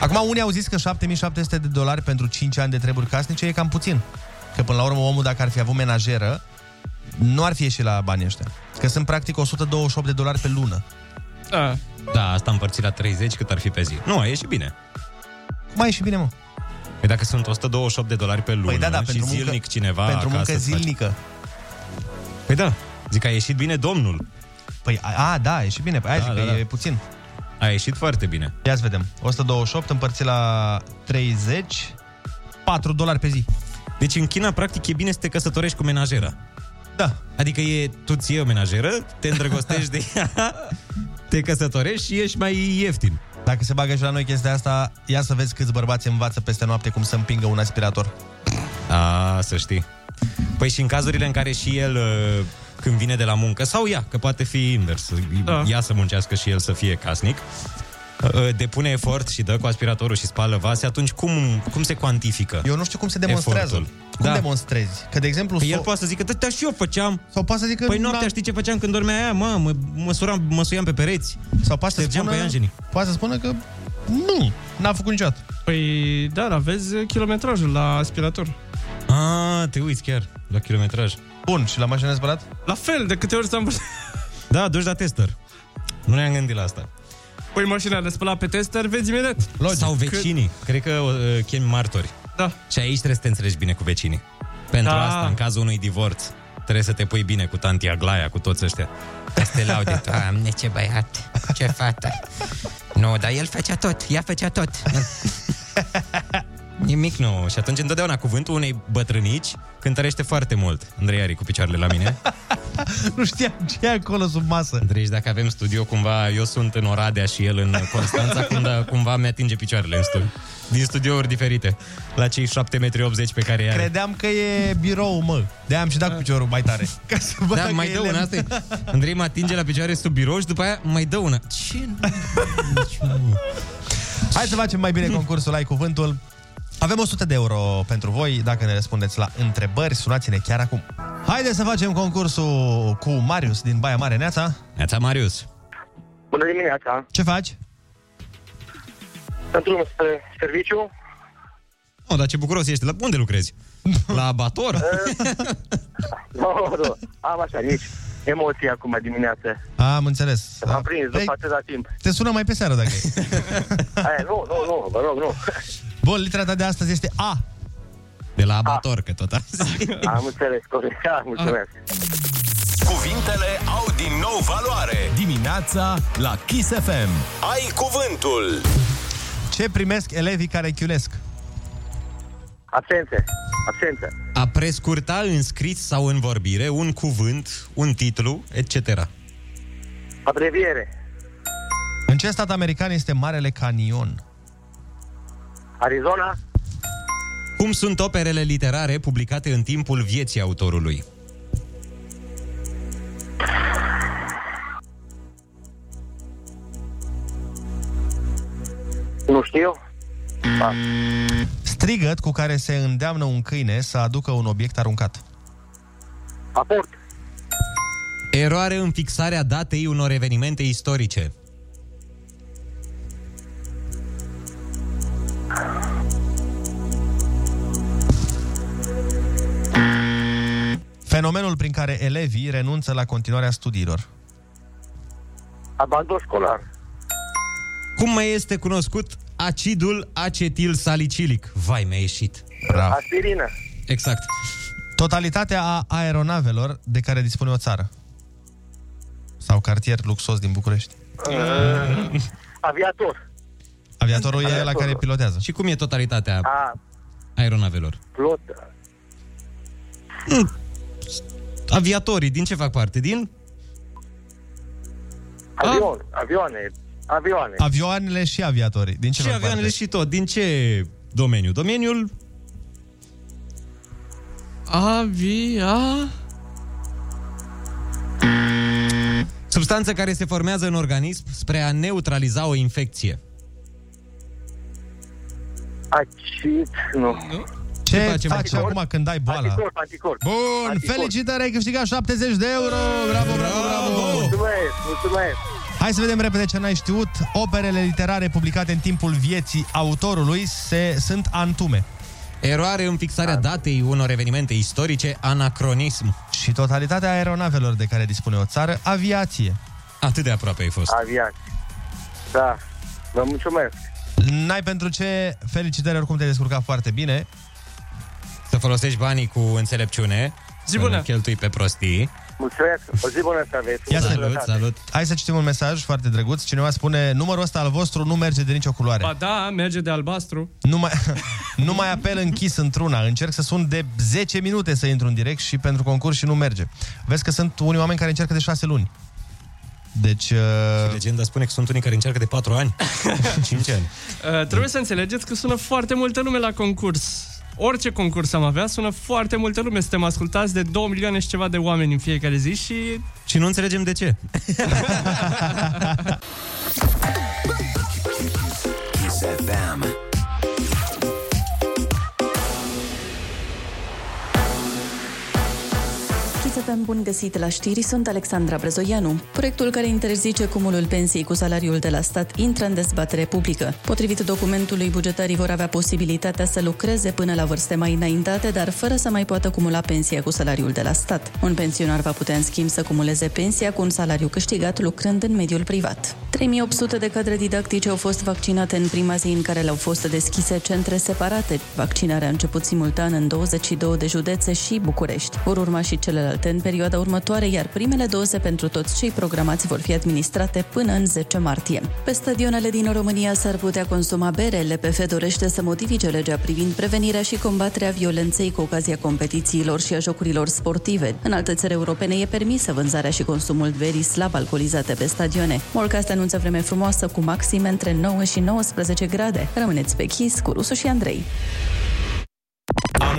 H: Acum, unii au zis că 7700 de dolari pentru 5 ani de treburi casnice e cam puțin. Că până la urmă omul, dacă ar fi avut menajeră, nu ar fi ieșit la banii ăștia. Că sunt practic 128 de dolari pe lună.
J: Da.
I: Da, asta împărțit la 30 cât ar fi pe zi. Nu, a ieșit bine.
H: Mai e și bine, mă.
I: Păi dacă sunt 128 de dolari pe lună
H: Păi da, da,
I: și
H: pentru muncă-
I: zilnic cineva acasă
H: pentru muncă
I: îți face-
H: zilnică.
I: Păi da, zic, a ieșit bine domnul.
H: Păi, a, a da, e și bine, păi, aia zic că e puțin.
I: A ieșit foarte bine.
H: Ia să vedem. 128 împărțit la 30, 4 dolari pe zi.
I: Deci în China, practic, e bine să te căsătorești cu menajera.
H: Da.
I: Adică e, tu ți iei o menajeră, te îndrăgostești de ea, te căsătorești și ești mai ieftin.
H: Dacă se bagă și la noi chestia asta, ia să vezi câți bărbați învață peste noapte cum să împingă un aspirator.
I: A, să știi. Păi și în cazurile în care și el, uh, când vine de la muncă, sau ea, că poate fi invers, da. ea să muncească și el să fie casnic, uh, depune efort și dă cu aspiratorul și spală vase, atunci cum, cum se cuantifică?
H: Eu nu știu cum se demonstrează.
I: Efortul.
H: Cum da. demonstrezi? Că, de exemplu,
I: Păi el poate să zică, da, și eu făceam.
H: Sau poate să zică...
I: Păi noaptea
H: da.
I: știi ce făceam când dormea aia? Mă, mă măsuram, măsuiam pe pereți.
H: Sau poate să
I: Ștergeam
H: spună-
I: păianjenii.
H: poate să spună că nu, n-a făcut niciodată.
J: Păi da, dar vezi kilometrajul la aspirator.
I: Ah, te uiți chiar la kilometraj.
H: Bun, și la mașină de spălat?
J: La fel, de câte ori s-am văzut.
I: Da, duci la tester. Nu ne-am gândit la asta.
J: Pui Păi, mașina de spălat pe tester, vezi imediat.
I: Logic. Sau vecinii. Cât... Cred că uh, chemi martori.
J: Da.
I: Și aici trebuie să te înțelegi bine cu vecinii. Pentru
J: Da.
I: da. asta, în cazul unui divorț, trebuie să te pui bine cu tanti Aglaia, cu toți ăștia. Ca să te laude. Doamne, ce băiat, ce fată. Nu, dar el făcea tot, ea făcea tot. Nimic nu. Și atunci întotdeauna cuvântul unei bătrânici cântărește foarte mult. Andrei Ari cu picioarele la mine.
H: nu știam ce e acolo sub masă.
I: Deci dacă avem studio, cumva eu sunt în Oradea și el în Constanța, când, cumva mi-atinge picioarele în studio. Din studiouri diferite. La cei 7,80 m pe care i-are.
H: Credeam că e birou, mă. de am și dat cu piciorul mai tare. Da. Ca să
I: Da,
H: văd dacă
I: mai
H: e
I: dă
H: lemn.
I: una, asta e. Andrei mă atinge la picioare sub birou și după aia mai dă una. Ce?
H: Hai să facem mai bine concursul Ai Cuvântul. Avem 100 de euro pentru voi dacă ne răspundeți la întrebări. Sunați-ne chiar acum. Haideți să facem concursul cu Marius din Baia Mare. Neața?
I: Neața, Marius.
R: Bună dimineața!
H: Ce faci?
R: Sunt drum spre serviciu.
I: Oh, dar ce bucuros ești. La unde lucrezi? La abator?
R: Uh, Nu, nu, am așa nici emoții acum dimineață.
H: Am înțeles.
R: Am prins după atâta timp.
H: Te sună mai pe seară dacă e.
R: Aia, nu, nu, nu, vă rog, nu.
H: Bun, litera ta de astăzi este A.
I: De la abator, că tot azi.
R: Am înțeles, corect. Da, mulțumesc.
G: Cuvintele au din nou valoare.
F: Dimineața la Kiss FM.
G: Ai cuvântul.
H: Ce primesc elevii care chiulesc?
R: Absențe, absențe.
I: A prescurta în scris sau în vorbire un cuvânt, un titlu, etc.
R: Abreviere.
H: În ce stat american este Marele Canion?
R: Arizona.
I: Cum sunt operele literare publicate în timpul vieții autorului?
R: Nu știu. Da.
H: Strigăt cu care se îndeamnă un câine să aducă un obiect aruncat.
R: Aport.
I: Eroare în fixarea datei unor evenimente istorice.
H: Fenomenul prin care elevii renunță la continuarea studiilor.
R: Abandon școlar.
I: Cum mai este cunoscut acidul acetil salicilic? Vai, mi-a ieșit.
H: Bravo.
R: Aspirină.
I: Exact.
H: Totalitatea a aeronavelor de care dispune o țară. Sau cartier luxos din București.
R: Uh, aviator.
H: Aviatorul e la
R: Aviatorul.
H: care pilotează.
I: Și cum e totalitatea
R: A,
I: aeronavelor? Hmm.
R: plot.
I: Aviatorii, din ce fac parte? Din
R: Avion. Avioane. Avioane.
H: Avioanele și aviatorii. Din ce
I: și
H: fac
I: avioanele
H: parte?
I: și tot. Din ce domeniu? Domeniul
J: Avia...
I: substanță care se formează în organism spre a neutraliza o infecție.
R: Acid. Nu.
H: Ce
R: Ce
H: faci
R: facem? Anticorp?
H: acum când ai boala?
R: Anticorp, anticorp.
H: Bun,
R: Anticorp.
H: felicitări, ai câștigat 70 de euro! Bravo, bravo, bravo!
R: Mulțumesc, mulțumesc.
H: Hai să vedem repede ce n-ai știut. Operele literare publicate în timpul vieții autorului se, sunt antume.
I: Eroare în fixarea datei unor evenimente istorice, anacronism.
H: Și totalitatea aeronavelor de care dispune o țară, aviație.
I: Atât de aproape ai fost.
R: Aviație. Da. Vă mulțumesc.
H: N-ai pentru ce, felicitări, oricum te-ai descurcat foarte bine.
I: Să folosești banii cu înțelepciune.
H: Zi bună!
I: Să nu cheltui pe prostii.
R: Mulțumesc. O zi bună să aveți.
H: Ia să-
I: salut!
H: Hai să citim un mesaj foarte drăguț. Cineva spune, numărul ăsta al vostru nu merge de nicio culoare.
J: Ba da, merge de albastru.
H: Nu mai, nu mai apel închis într-una. Încerc să sun de 10 minute să intru în direct și pentru concurs și nu merge. Vezi că sunt unii oameni care încearcă de 6 luni. Deci... Uh...
I: Legenda spune că sunt unii care încearcă de 4 ani, 5 ani.
J: Uh, trebuie să înțelegeți că sună foarte multă lume la concurs. Orice concurs am avea, sună foarte multă lume. Suntem ascultați de 2 milioane și ceva de oameni în fiecare zi și...
I: Și nu înțelegem de ce.
B: Kiss FM.
K: Chisafem, bun găsit la știri, sunt Alexandra Brezoianu. Proiectul care interzice cumulul pensiei cu salariul de la stat intră în dezbatere publică. Potrivit documentului, bugetarii vor avea posibilitatea să lucreze până la vârste mai înaintate, dar fără să mai poată cumula pensia cu salariul de la stat. Un pensionar va putea, în schimb, să cumuleze pensia cu un salariu câștigat lucrând în mediul privat. 3800 de cadre didactice au fost vaccinate în prima zi în care le-au fost deschise centre separate. Vaccinarea a început simultan în 22 de județe și București. Vor urma și celelalte în perioada următoare, iar primele doze pentru toți cei programați vor fi administrate până în 10 martie. Pe stadionele din România s-ar putea consuma bere. LPF dorește să modifice legea privind prevenirea și combaterea violenței cu ocazia competițiilor și a jocurilor sportive. În alte țări europene e permisă vânzarea și consumul berii slab alcoolizate pe stadione. Morcast anunță vreme frumoasă cu maxime între 9 și 19 grade. Rămâneți pe chis cu Rusu și Andrei.
F: Am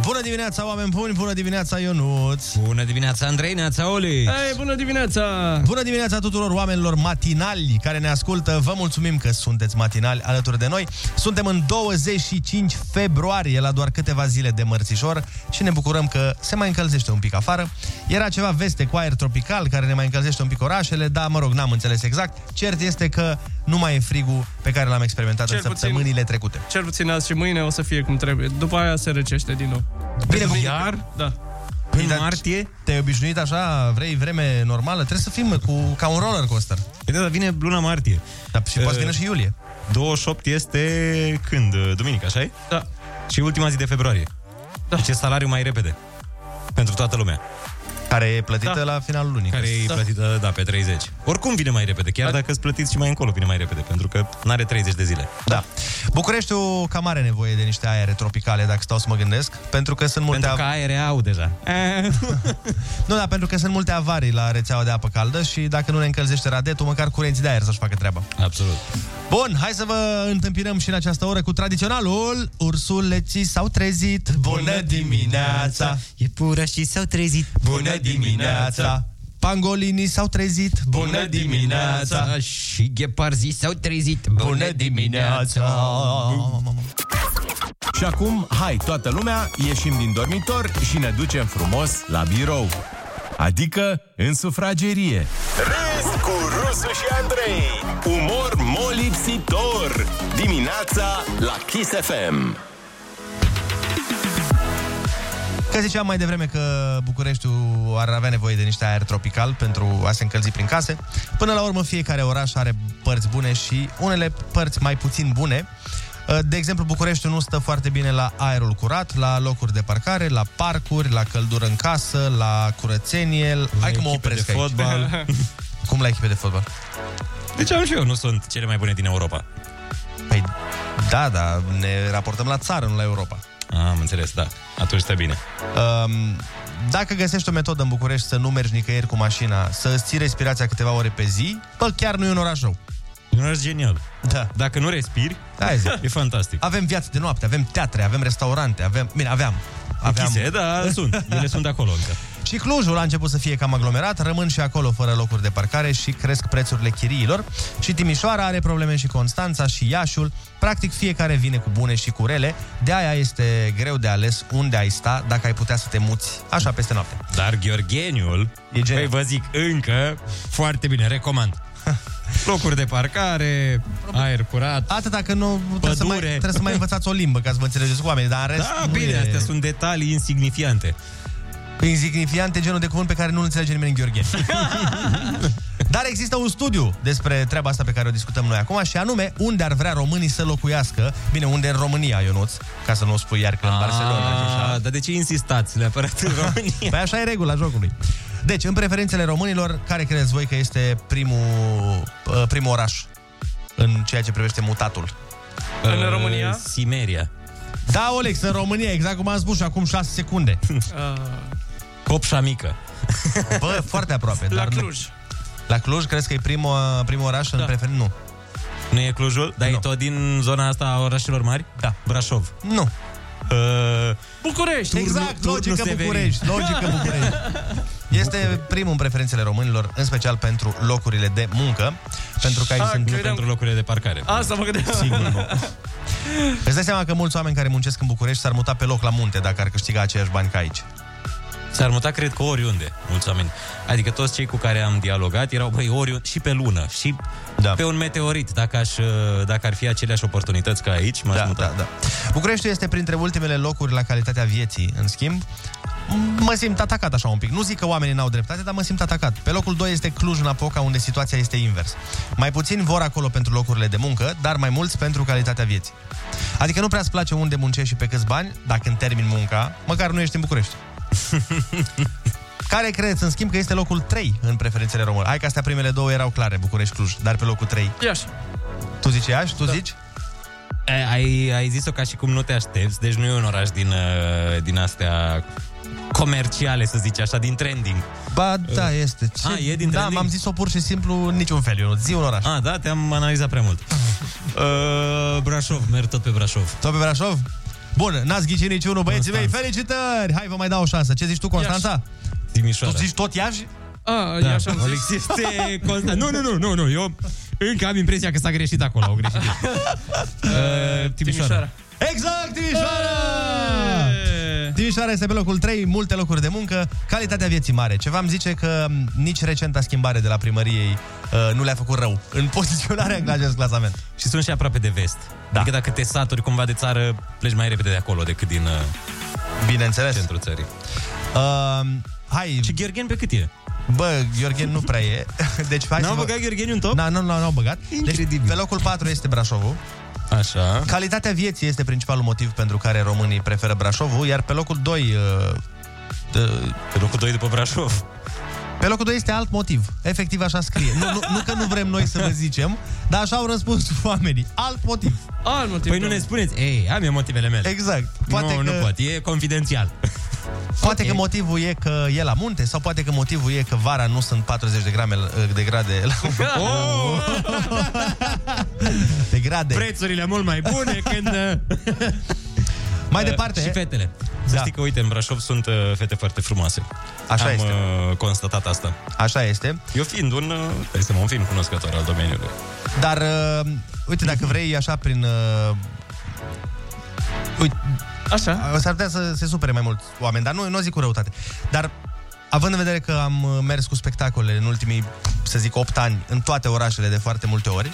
H: Bună dimineața, oameni buni! Bună dimineața, Ionuț!
I: Bună dimineața, Andrei, neața, Oli!
J: Ei, bună dimineața!
H: Bună dimineața tuturor oamenilor matinali care ne ascultă. Vă mulțumim că sunteți matinali alături de noi. Suntem în 25 februarie, la doar câteva zile de mărțișor și ne bucurăm că se mai încălzește un pic afară. Era ceva veste cu aer tropical care ne mai încălzește un pic orașele, dar mă rog, n-am înțeles exact. Cert este că nu mai e frigul pe care l-am experimentat
J: Cel
H: în
J: puțin.
H: săptămânile trecute.
J: Cel puțin azi și mâine o să fie cum trebuie. După aia se răcește din nou.
H: Bine, Păi,
J: iar? Da.
H: În martie? Te-ai obișnuit așa, vrei vreme normală? Trebuie să fim cu, ca un roller coaster.
I: Bine, Păi da, dar vine luna martie. Uh,
H: Da, și poate să vină și iulie.
I: 28 este când? Duminică, așa e? Da. Și ultima zi de februarie. Da. Deci e salariul mai repede. Pentru toată lumea.
H: Care e plătită da. la finalul lunii.
I: Care e
H: Da.
I: plătită, da, pe 30. Oricum vine mai repede, chiar dacă îți plătiți și mai încolo vine mai repede, pentru că n-are 30 de zile.
H: Da. Bucureștiul cam are nevoie de niște aere tropicale, dacă stau să mă gândesc, pentru că sunt multe... Pentru
I: că aere au deja.
H: nu, da, pentru că sunt multe avarii la rețeaua de apă caldă și dacă nu ne încălzește radetul, măcar curenții de aer să-și facă treaba.
I: Absolut.
H: Bun, hai să vă întâmpinăm și în această oră cu tradiționalul Ursuleții s-au trezit Bună dimineața
I: Iepurașii s-au trezit
H: Bună dimineața Pangolinii s-au trezit Bună dimineața
I: Și gheparzii s-au trezit
H: Bună dimineața
F: Și acum, hai, toată lumea, ieșim din dormitor și ne ducem frumos la birou. Adică în sufragerie.
G: Râs cu Rusu și Andrei. Umor molipsitor. Dimineața la Kiss FM.
H: Că ziceam mai devreme că Bucureștiul ar avea nevoie de niște aer tropical pentru a se încălzi prin case. Până la urmă, fiecare oraș are părți bune și unele părți mai puțin bune. De exemplu, Bucureștiul nu stă foarte bine la aerul curat, la locuri de parcare, la parcuri, la căldură în casă, la curățenie. Hai că
I: echipe
H: mă opresc
I: de
H: aici.
I: fotbal.
H: Cum la echipe de fotbal?
I: Deci am și eu, nu sunt cele mai bune din Europa.
H: Păi, da, da, ne raportăm la țară, nu la Europa.
I: Am înțeles, da. Atunci stai bine.
H: Um, dacă găsești o metodă în București să nu mergi nicăieri cu mașina, să îți ții respirația câteva ore pe zi, bă, chiar nu e un oraș rău.
I: E un oraș genial.
H: Da.
I: Dacă nu respiri,
H: da,
I: e fantastic.
H: Avem viață de noapte, avem teatre, avem restaurante, avem... Bine, aveam. aveam...
I: Închise, da, sunt. Ele sunt acolo încă.
H: Și Clujul a început să fie cam aglomerat, rămân și acolo fără locuri de parcare și cresc prețurile chiriilor. Și Timișoara are probleme și Constanța și Iașiul. Practic fiecare vine cu bune și cu rele, de aia este greu de ales unde ai sta dacă ai putea să te muți așa peste noapte.
I: Dar Gheorgheniul, e păi vă zic, încă foarte bine, recomand. Locuri de parcare, aer curat.
H: Atât dacă nu trebuie să, mai,
I: Pădure.
H: trebuie să mai învățați o limbă ca să vă înțelegeți cu oamenii, dar în rest
I: Da,
H: nu
I: bine,
H: e...
I: astea sunt detalii insignifiante.
H: Insignifiante, genul de cuvânt pe care nu-l înțelege nimeni în Gheorghe. Dar există un studiu despre treaba asta pe care o discutăm noi acum și anume unde ar vrea românii să locuiască. Bine, unde în România, Ionuț, ca să nu o spui iar că în Barcelona. și așa.
I: Ah. Dar de ce insistați neapărat în România?
H: Păi așa e regula jocului. Deci, în preferințele românilor, care credeți voi că este primul, uh, primul oraș în ceea ce privește mutatul?
I: În România? Uh, Simeria.
H: Da, Olex, în România, exact cum am spus și acum 6 secunde.
I: Uh. Copșa mică.
H: Bă, foarte aproape.
I: La
H: dar nu.
I: Cluj.
H: La Cluj, crezi că e primul, primul oraș da. în preferință? Nu.
I: Nu e Clujul? Dar e tot din zona asta a orașelor mari?
H: Da.
I: Brașov?
H: Nu.
I: Uh,
H: București!
I: Turnul-
H: Exact,
I: Turnul
H: logică
I: Severin.
H: București, logică București. Este primul în preferințele românilor, în special pentru locurile de muncă, pentru că aici
I: A,
H: sunt...
I: credeam- Nu pentru
H: locurile de parcare.
I: Asta mă gândeam.
H: Sigur, nu. Îți dai seama că mulți oameni care muncesc în București s-ar muta pe loc la munte dacă ar câștiga aceiași bani ca aici.
I: S-ar muta, cred că oriunde, mulți oameni. Adică toți cei cu care am dialogat erau, băi, oriunde, și pe lună, și da. pe un meteorit, dacă, aș, uh, dacă ar fi aceleași oportunități ca aici, m-aș da, muta. Da,
H: da. Bucureștiul este printre ultimele locuri la calitatea vieții, în schimb. m- Mă simt atacat așa un pic. Nu zic că oamenii n-au dreptate, dar mă simt atacat. Pe locul 2 este Cluj-Napoca, unde situația este invers. Mai puțin vor acolo pentru locurile de muncă, dar mai mulți pentru calitatea vieții. Adică nu prea-ți place unde muncești și pe câți bani, dacă în termin munca, măcar nu ești în București. Care credeți, în schimb, că este locul 3 în preferințele române? Hai că astea primele două erau clare, București-Cluj, dar pe locul 3.
J: Iași.
H: Tu zici Iași? Tu da. zici? da.
I: E, Ai, ai zis-o ca și cum nu te aștepți, deci nu e un oraș din, uh, din astea comerciale, să zici așa, din trending.
H: Ba, da, este.
I: A, Ah, e din
H: Da,
I: trending?
H: m-am zis-o pur și simplu în niciun fel, eu zi un oraș.
I: Ah, da, te-am analizat prea mult. Uh, Brașov, merg tot pe Brașov.
H: Tot pe Brașov? Bun, n-ați ghicit niciunul, băieții mei, felicitări! Hai, vă mai dau o șansă. Ce zici tu, Constanța?
I: Timișoara.
H: Tu zici tot Iași?
J: A,
I: Da, Olix este constant. Nu, nu, nu, nu, nu, eu încă am impresia că s-a greșit acolo, au greșit. ei. Uh, Timișoara.
H: Exact, Timișoara!
I: Eh.
H: Timișoara este pe locul 3, multe locuri de muncă, calitatea vieții mare. Ce v-am zice că m, nici recenta schimbare de la primăriei uh, nu le-a făcut rău în poziționarea în acest clasament.
I: Și sunt și aproape de vest. Da. Adică dacă te saturi cumva de țară, pleci mai repede de acolo decât din uh,
H: Bineînțeles.
I: centrul țării.
H: Uh, hai... Și Gheorghen pe cât e? Bă, Gheorghen nu prea e. Deci, hai
I: N-au
H: să vă-
I: băgat Gheorgheni în top?
H: Na, nu, nu, n-au băgat. Incredibil. Deci, pe locul 4 este Brașovul. Așa. Calitatea vieții este principalul motiv pentru care românii preferă Brașovul, iar pe locul 2... Uh, Pe locul 2 după Brașov. Pe locul 2 este alt motiv. Efectiv așa scrie. Nu, nu, nu că nu vrem noi să vă zicem, dar așa au răspuns oamenii. Alt motiv.
J: Alt motiv.
I: Păi nu ne spuneți, ei, am eu motivele mele.
H: Exact.
I: Poate nu,
H: că-
I: că... nu pot, e confidențial.
H: Poate okay. că motivul e că e la munte sau poate că motivul e că vara nu sunt 40 de, grame, de grade la...
I: Oh!
H: de grade.
I: Prețurile mult mai bune când... uh,
H: Mai
I: uh,
H: departe. Da.
I: Și fetele. Să știi că, uite, în Brașov sunt uh, fete foarte frumoase.
H: Așa
I: Am,
H: este.
I: uh, constatat asta.
H: Așa este.
I: Eu fiind un... uh, Dai seama, un film cunoscător al domeniului.
H: Dar, uh, uite, dacă vrei, așa, prin... Uh, uite, Așa. S-ar putea să se supere mai mult oameni, dar nu, nu o zic cu răutate. Dar, având în vedere că am uh, mers cu spectacole în ultimii, să zic, 8 ani, în toate orașele de foarte multe ori,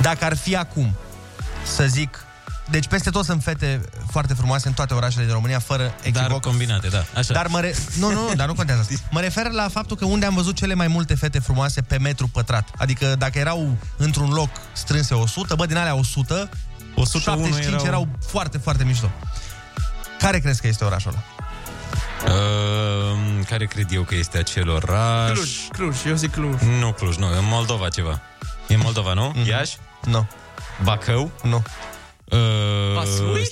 H: dacă ar fi acum, să zic, deci peste tot sunt fete foarte frumoase în toate orașele din România, fără echivoc.
I: Dar combinate, da. Așa.
H: Dar mă re... Nu, nu, nu, dar nu contează asta. Mă refer la faptul că unde am văzut cele mai multe fete frumoase pe metru pătrat. Adică dacă erau într-un loc strânse 100, bă, din alea 100,
I: 101
H: 75
I: erau-
H: erau... erau foarte, foarte mișto. Care crezi că este orașul ăla?
I: Uh, care cred eu că este acel oraș?
J: Cluj, Cluj, eu zic Cluj.
I: Nu Cluj, nu, în Moldova ceva. E în Moldova, nu? Mm-hmm. Iași?
H: Nu. No.
I: Bacău?
H: Mhm. Nu.
I: Uh,
H: Vaslui?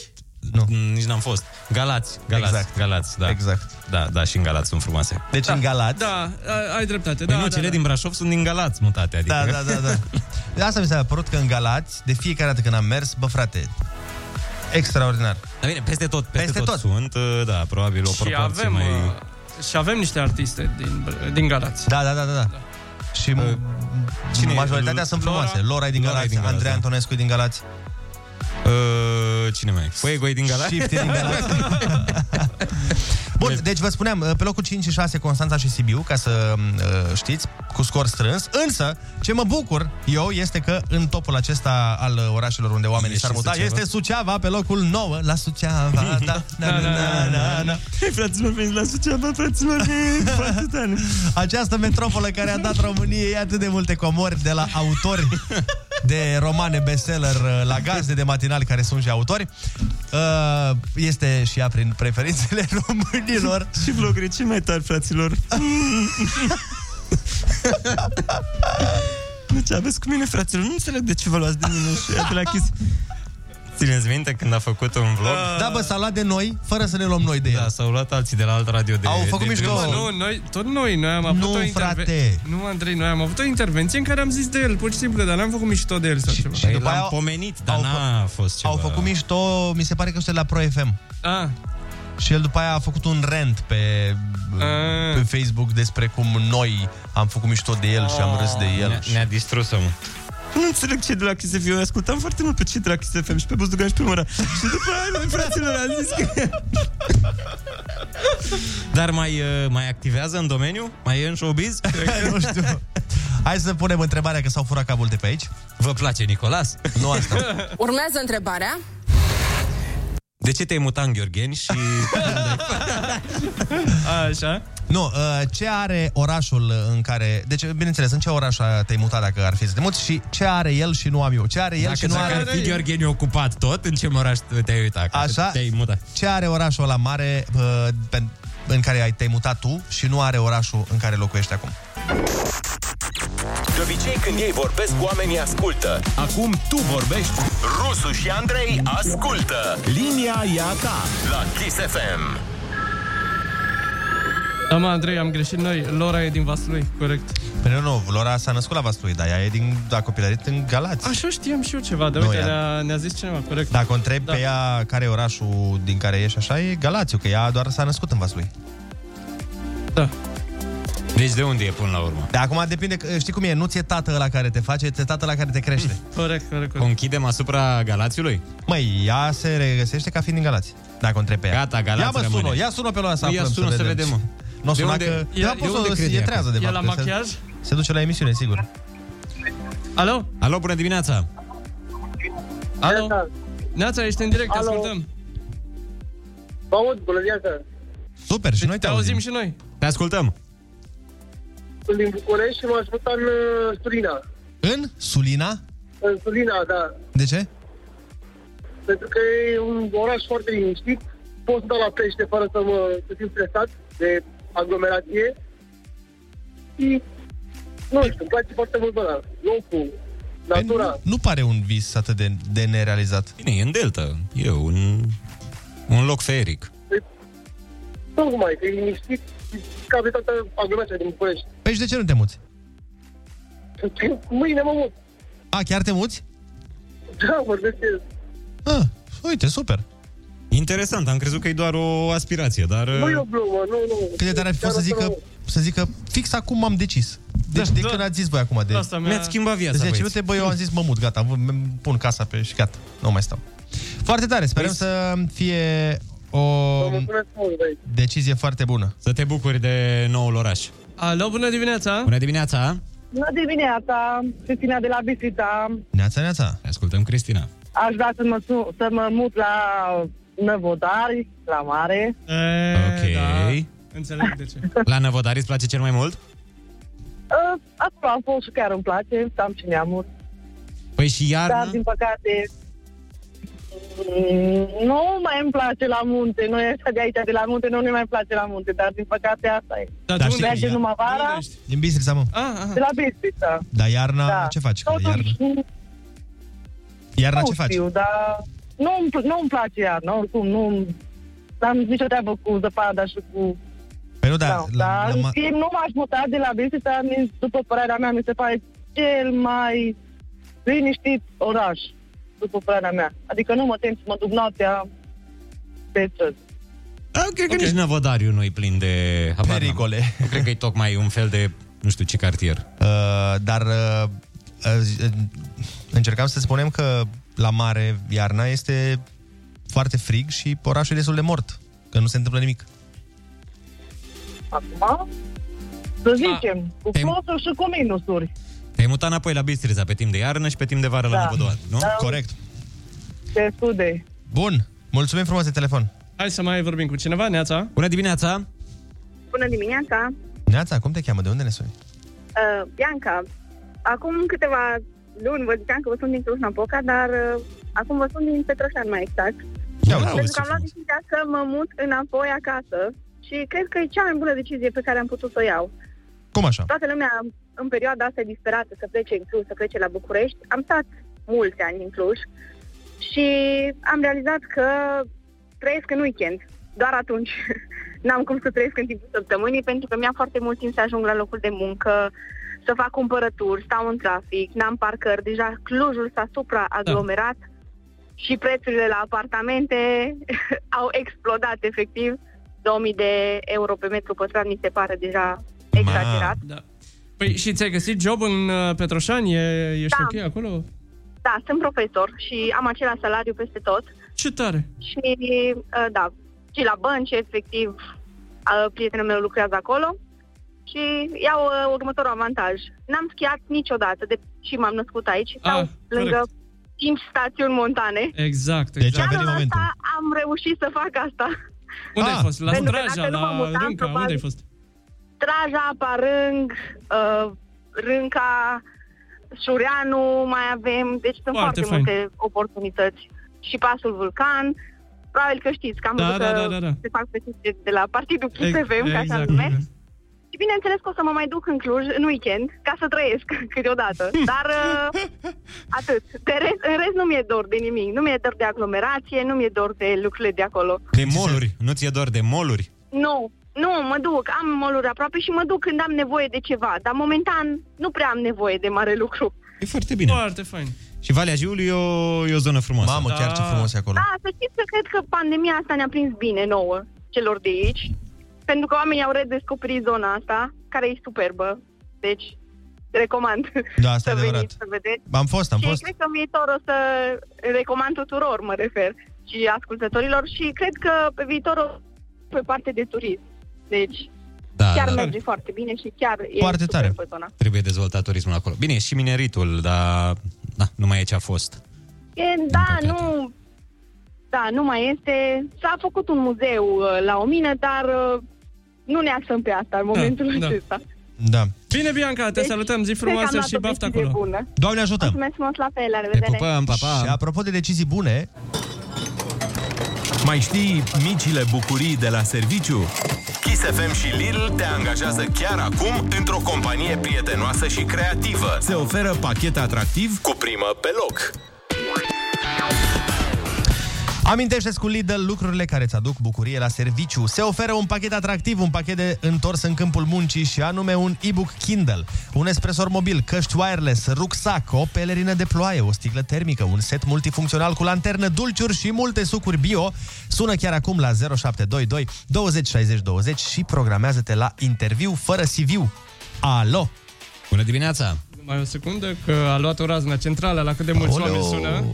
I: Nu. Nici n-am fost. Galați, Galați,
J: Exact.
I: Galați, da.
H: Exact.
I: Da, da, și în Galați sunt frumoase.
H: Deci da. în Galați.
J: Da, ai- ai dreptate.
I: Păi
J: da,
I: nu,
J: da,
I: cele
J: da.
I: din Brașov sunt din Galați mutate, adică.
H: Da, da, da, da. De asta mi s-a părut că în Galați, de fiecare dată când am mers, bă, frate, extraordinar.
I: Dar bine, peste tot, peste,
H: Peste
I: tot,
H: tot.
I: sunt, uh, da, probabil o
J: Și
I: proporție
J: avem,
I: mai...
J: uh, și avem niște artiste din, din Galați.
H: Da, da, da, da. da. Și uh,
I: cine
H: cine
I: e?
H: majoritatea sunt
I: Lora?
H: frumoase. Lora e din
I: Lora e
H: Galați,
I: din Galați,
H: Andrei
I: da.
H: Antonescu e din Galați.
J: ă,
I: Uh, cine mai? Fuego e din Galați?
H: Shift e din Galați. Bun, deci vă spuneam, pe locul 5 și 6 Constanța și Sibiu, ca să uh, știți, cu scor strâns. Însă, ce mă bucur eu este că în topul acesta al uh, orașelor unde oamenii
I: E
H: s-ar
I: și
H: muta
I: Suceava.
H: este Suceava, pe locul 9 la Suceava. Da, da, da, da, da, da.
I: Hei, fraților, veniți la Suceava, fraților,
H: Această metropolă care a dat României atât de multe comori de la autori de romane bestseller uh, la gazde de matinal care sunt și autori uh, este și ea prin preferințele românilor
I: și vlogării cei mai tari, fraților Deci aveți cu mine, fraților, nu înțeleg de ce vă luați din mine și de la Kiss. Țineți minte când a făcut un vlog?
H: Da, bă, s-a luat de noi, fără să ne luăm noi de el.
I: Da, s-au luat alții de la alt radio de
H: Au făcut
I: de
H: mișto.
I: Brânză.
J: Nu, noi, tot noi, noi am avut
H: Nu,
J: o interve-
H: frate.
J: Nu, Andrei, noi am avut o intervenție în care am zis de el, pur și simplu, dar n-am făcut mișto de el sau ceva. Păi
I: Și după aia pomenit, dar n-a fost ceva.
H: Au făcut mișto, mi se pare că este la Pro FM.
J: A.
H: Și el după aia a făcut un rant pe,
J: Ah.
H: pe Facebook despre cum noi am făcut mișto de el și am râs de el.
I: Ne- Ne-a distrus omul.
J: Nu înțeleg ce de la Kiss FM. Eu ascultam foarte mult pe ce de la Kiss FM și pe Buzdugan și pe Mora. Și după aia, noi, fraților, am zis că...
I: Dar mai, uh, mai activează în domeniu? Mai e în showbiz?
H: nu știu. Hai să punem întrebarea că s-au furat cabul de pe aici.
I: Vă place Nicolas?
H: Nu asta.
S: Urmează întrebarea.
I: De ce te-ai mutat în Gheorgheni și...
J: Așa.
H: Nu, uh, ce are orașul în care... Deci, bineînțeles, în ce oraș uh, te-ai mutat dacă ar fi să te muți și ce are el și nu am eu? Ce are el
I: Dacă,
H: și nu
I: dacă
H: are...
I: ar fi Gheorgheni ocupat tot, în ce oraș te-ai uitat?
H: Așa.
I: Te-ai mutat.
H: Ce are orașul ăla mare uh, pe, în care ai, te-ai mutat tu și nu are orașul în care locuiești acum?
G: De obicei, când ei vorbesc, oamenii ascultă. Acum tu vorbești. Rusu și Andrei ascultă. Linia e a ta la Kiss FM.
J: Da, mă, Andrei, am greșit noi. Lora e din Vaslui, corect.
H: Păi nu, nu, Lora s-a născut la Vaslui, dar ea e din,
I: Da,
H: a copilărit în Galați.
J: Așa știam și eu ceva, dar
H: Nu,
J: uite,
H: ea-
J: ne-a, ne-a zis cineva, corect.
H: Dacă o întrebi da. pe ea care e orașul din care ești așa, e Galațiu, că ea doar s-a născut în Vaslui.
I: Deci de unde e până la urmă?
H: Dar acum depinde, că- știi cum e, nu ți-e tată la care te face, ți-e tată la care te crește.
J: Corect, corect,
I: O închidem asupra Galațiului?
H: Măi, ea se regăsește ca fiind din Galați. Dacă o întrebi pe ea.
I: Gata, Galați
H: ia mă
I: rămâne. Păi
H: sună, ia sună pe Lora să
I: Ia
H: aflăm,
I: sună să vedem, mă.
H: Nu o
I: De
H: suna
I: unde-
H: că...
I: de-
H: Da,
I: de
H: poți
I: unde
H: să-
I: crede
H: e
I: ea?
H: trează, de
I: E
H: fapt.
I: la
H: că se-
I: machiaj?
H: Se duce la emisiune, sigur.
J: Alo?
I: Alo, bună dimineața!
J: Alo? Neața, ești în direct, te
P: Alo.
J: ascultăm.
P: Vă aud, bună viața.
H: Super, și noi te auzim.
J: și noi.
I: Te ascultăm.
P: Sunt din București și m-am ascultat în uh, Surina.
H: În Sulina?
P: În Surina, da.
H: De ce?
P: Pentru că e un oraș foarte liniștit. Pot sta la pește fără să mă să fiu stresat de aglomerație. Și, nu știu, îmi place foarte mult ăla. Locul,
H: Păi-
P: natura.
H: Nu pare un vis atât de, de nerealizat.
I: Bine, e în delta. E un, un loc feric.
P: Tocmai, că e liniștit și cabe toată aglomerația din București.
H: Păi și de ce nu te muți?
P: Mâine mă mut.
H: A, chiar te muți?
P: Da, vorbesc eu.
H: Ah, uite, super.
I: Interesant, am crezut că e doar o aspirație, dar...
P: Nu e o glumă, nu, nu.
H: Cât de tare ar fi fost să
P: Chiar
H: zică, să zică fix acum m-am decis. Deci de când ați zis voi acum de...
I: Asta mi-a- Mi-ați schimbat viața,
H: Deci
I: băieți.
H: ce nu te bă, eu am zis mă mut, gata, vă- îmi pun casa pe și gata, nu mai stau. Foarte tare, sperăm să fie o decizie foarte bună.
I: Să te bucuri de noul oraș.
J: Alo, bună dimineața!
I: Bună dimineața!
T: Bună dimineața, Cristina de la Bistrița.
H: Neața, neața!
I: Te ascultăm, Cristina.
T: Aș vrea să mă, su- să mă mut la Năvodari, la mare.
I: Ok.
J: da. Înțeleg de ce.
I: La Năvodari îți place cel mai mult?
T: Uh, Acolo am fost și chiar îmi place, am și neamuri.
I: Păi și iarna?
T: Dar, Da, din păcate, mm, nu mai îmi place la munte. Noi ăștia de aici, de la munte, nu ne mai place la munte, dar din păcate asta e.
H: Dar de unde
T: Mergem
H: ești?
T: numai vara
H: Da, Din Bistrița, mă.
T: de la Bistrița.
H: Dar iarna, Ah,
I: Da.
H: ce faci? Că Iarna, iarna
T: nu
H: ce faci?
T: știu, dar nu-mi, pl- nu-mi place iarna, oricum, nu am nicio treabă cu zăpada și cu...
H: Păi nu, da,
T: Da, dar în schimb, nu m-aș muta de la Bistrița, mi- după părerea mea, mi se pare cel mai liniștit oraș, după părerea mea. Adică nu mă tem să mă duc noaptea pe străzi.
I: Da, cred că nici Năvodariu nu-i plin de...
H: Pericole.
I: Nu cred că e tocmai un fel de, nu știu ce cartier.
H: Uh, dar uh, uh, încercam să spunem că la mare iarna este foarte frig și orașul e destul de mort, că nu se întâmplă nimic.
T: Acum, să zicem, cu plusuri și cu minusuri.
I: Te-ai mutat înapoi la Bistrița pe timp de iarnă și pe timp de vară la
T: Da.
I: Năvodari, nu?
T: Da.
H: Corect.
T: Destul de...
H: Bun, mulțumim frumos de telefon.
J: Hai să mai vorbim cu cineva, Neața.
I: Bună dimineața!
U: Bună dimineața!
H: Neața, cum te cheamă? De unde ne suni?
U: Uh, Bianca, acum câteva luni vă ziceam că vă sunt din Cluj-Napoca, dar uh, acum vă sunt din Petroșan mai exact. Pentru că am luat decizia să mă mut înapoi acasă și cred că e cea mai bună decizie pe care am putut să o iau.
H: Cum așa?
U: Toată lumea în perioada asta e disperată să plece în Cluj, să plece la București. Am stat mulți ani în Cluj și am realizat că trăiesc în weekend. Doar atunci. N-am cum să trăiesc în timpul săptămânii pentru că mi-a foarte mult timp să ajung la locul de muncă, să fac cumpărături, stau în trafic, n-am parcări. Deja Clujul s-a supraaglomerat și prețurile la apartamente au explodat efectiv. 2000 de euro pe metru pătrat mi se pare deja exagerat.
J: Da. Păi și ți-ai găsit job în uh, Petroșan? E, ești
U: Da.
J: ok acolo?
U: Da, sunt profesor și am același salariu peste tot
J: Ce tare!
U: și uh, da, și la bănci, efectiv, uh, prietenul meu lucrează acolo și iau uh, următorul avantaj. N-am schiat niciodată, de și m-am născut aici, stau
J: Ah,
U: lângă cinci stațiuni montane.
J: Exact, exact.
U: Deci asta am reușit să fac asta.
J: Unde
H: Ah.
J: ai fost? La
U: Pentru că
J: Straja,
U: dacă nu mă
J: la
U: mutam,
J: Rânca? Unde ai
U: probabil-
J: fost?
U: Traja, Parâng, uh, Rânca, Șureanu, mai avem, deci sunt
J: Foarte
U: foarte,
J: fain.
U: multe oportunități. Și Pasul Vulcan, probabil că știți că am
J: Da,
U: văzut
J: da,
U: că
J: da, da, da.
U: se fac petiții de la Partidul Kiss
J: Ex-
U: FM, ca așa
J: exact.
U: nume. Și bineînțeles că o să mă mai duc în Cluj în weekend ca să trăiesc câteodată, dar uh, atât. De rest, în rest nu mi-e dor de nimic, nu mi-e dor de aglomerație, nu mi-e dor de lucrurile de acolo.
I: De moluri. Nu ți-e doar de moluri?
U: Nu, nu, mă duc, am moluri aproape și mă duc când am nevoie de ceva, dar momentan nu prea am nevoie de mare lucru.
I: E foarte bine.
J: Foarte fain.
I: Și Valea Jiului e o, e o zonă frumoasă.
H: Mamă, chiar ce frumos e acolo.
U: Da, să știți că cred că pandemia asta ne-a prins bine nouă, celor de aici, pentru că oamenii au redescoperit zona asta, care e superbă, deci recomand
H: Da, asta e
U: să
H: adevărat.
U: veniți să vedeți.
H: Am fost, am
U: și
H: fost.
U: cred că în viitor o să recomand tuturor, mă refer, și ascultătorilor și cred că pe viitor o pe parte de turism. Deci,
I: Da,
U: chiar
I: da, da.
U: merge foarte bine și chiar e
I: Foarte
U: super
I: tare.
U: pe zona.
I: Trebuie dezvoltat turismul acolo. Bine, e și mineritul, dar da, nu mai e ce a fost.
U: E, da, nu...
Q: Da, nu mai este. S-a făcut un muzeu uh, la o mină, dar uh, nu ne axăm pe asta în momentul
J: da.
Q: acesta.
H: Da.
J: Bine, Bianca, te salutăm. Zi frumoasă și baftă acolo.
H: Doamne ajută!
Q: Mulțumesc mult, la fel, la revedere.
U: Păi,
H: Și apropo de decizii bune,
F: Mai știi micile bucurii de la serviciu?
G: Kiss FM și Lidl te angajează chiar acum într-o companie prietenoasă și creativă.
F: Se oferă pachet atractiv
G: Cu primă pe loc.
H: Amintește-ți cu Lidl lucrurile care îți aduc bucurie la serviciu. Se oferă un pachet atractiv, un pachet de întors în câmpul muncii și anume un e-book Kindle, un espresor mobil, căști wireless, rucsac, o pelerină de ploaie, o sticlă termică, un set multifuncțional cu lanternă, dulciuri și multe sucuri bio. Sună chiar acum la 0722 20 60 20 și programează-te la interviu fără CV. Alo!
I: Bună dimineața!
J: Mai o secundă, că a luat o razna centrală la cât de mulți
I: Aoleu.
J: oameni sună.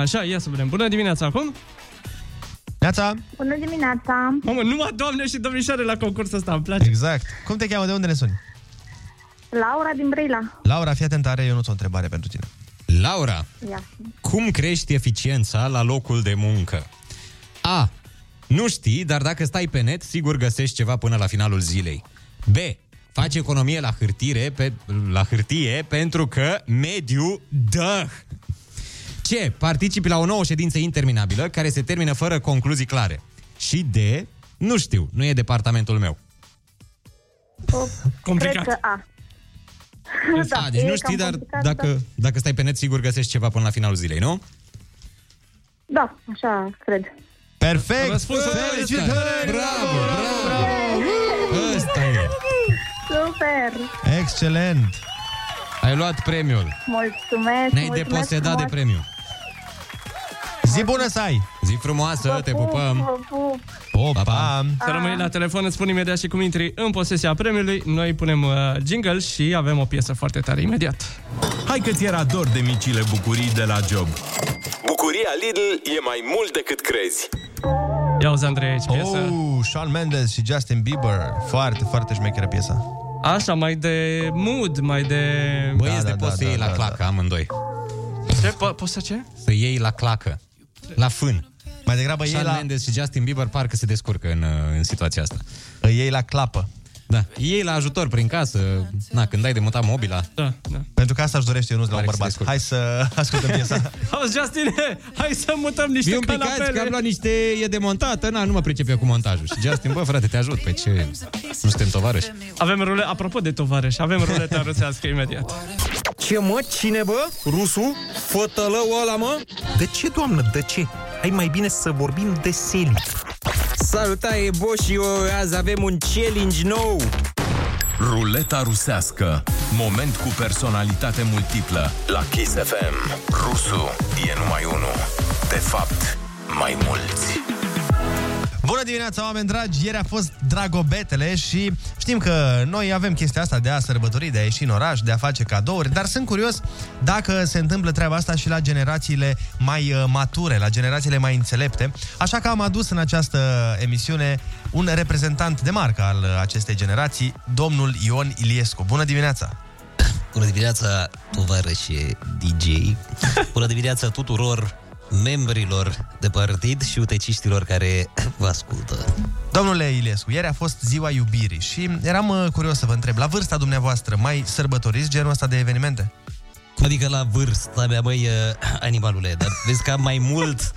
J: Așa, ia să vedem. Bună dimineața acum!
H: Neața!
E: Bună dimineața!
J: Mamă, numai doamne și domnișoare la concursul ăsta, îmi place.
H: Exact. Cum te cheamă? De unde ne suni?
E: Laura din Brila.
H: Laura, fii atent, are eu o întrebare pentru tine.
I: Laura,
E: Ia.
I: cum crești eficiența la locul de muncă? A. Nu știi, dar dacă stai pe net, sigur găsești ceva până la finalul zilei. B. Faci economie la hârtire, pe, la hârtie pentru că mediu dă. C. Participi la o nouă ședință interminabilă care se termină fără concluzii clare. Și D. Nu știu, nu e departamentul meu.
E: O,
I: Complicat.
E: Cred că A.
I: Da, deci
E: e
I: nu
E: cam
I: știi, dar
E: complicat,
I: dacă, dacă stai pe net, sigur găsești ceva până la finalul zilei, nu?
E: Da, așa cred.
H: Perfect!
I: Răspunsul Felicitări! Bravo, bravo! Ăsta e.
E: Super!
H: Excelent!
I: Ai luat premiul.
E: Mulțumesc!
I: Ne-ai
E: mulțumesc
I: deposedat de
E: frumos.
I: premiu.
H: Zi bună să ai!
I: Zi frumoasă, te pupăm.
E: Vă pup!
H: Opa! Pa.
J: Să rămâi la telefon, îți spun imediat și cum intri în posesia premiului. Noi punem uh, jingle și avem o piesă foarte tare imediat.
F: Hai că ți era dor de micile bucurii de la job.
G: Bucuria Lidl e mai mult decât crezi.
J: Ia uzi, Andrei, aici
H: piesă. Oh, Shawn Mendes și Justin Bieber. Foarte, foarte șmecheră piesa.
J: Așa, mai de mood, mai de...
I: Băieți, da, de da, poți da, să iei da, la da, clacă, da. amândoi.
J: Ce? Po- poți să ce?
I: Să iei la clacă, la fân.
H: Mai degrabă
I: Shawn
H: iei la-
I: Mendes și Justin Bieber parcă se descurcă în, uh, în situația asta.
H: Îi iei la clapă.
I: Da, iei la ajutor prin casă, na, când ai de mutat mobila.
J: Da, da.
H: Pentru că asta își dorește Ionuț la un bărbat. Hai să ascultăm piesa.
J: Auzi, Justin, hai să mutăm niște
I: Eu un pic azi,
J: canapele.
I: că am luat niște... E demontată, na, nu mă pricep eu cu montajul. Și Justin, bă, frate, te ajut, pe ce... Nu suntem tovarăși.
J: Avem rule, apropo de tovarăși, avem ruleta rusească imediat.
O: Ce mă? Cine bă? Rusul? Fătălău ăla mă? De ce, doamnă, de ce? Hai mai bine să vorbim de seli. Salutare, Bo și eu, azi avem un challenge nou.
G: Ruleta rusească. Moment cu personalitate multiplă. La Kiss FM. Rusu e numai unul. De fapt, mai mulți.
H: Bună dimineața, oameni dragi! Ieri a fost Dragobetele și știm că noi avem chestia asta de a sărbători, de a ieși în oraș, de a face cadouri, dar sunt curios dacă se întâmplă treaba asta și la generațiile mai uh, mature, la generațiile mai înțelepte. Așa că am adus în această emisiune un reprezentant de marcă al uh, acestei generații, domnul Ion Iliescu. Bună dimineața!
V: Bună dimineața, tovarășe DJ! Bună dimineața tuturor membrilor de partid și uteciștilor care vă ascultă.
H: Domnule Iliescu, ieri a fost ziua iubirii și eram uh, curios să vă întreb, la vârsta dumneavoastră mai sărbătoriți genul ăsta de evenimente?
V: Adică la vârsta mea, măi, eh, animalule, dar vezi că am mai mult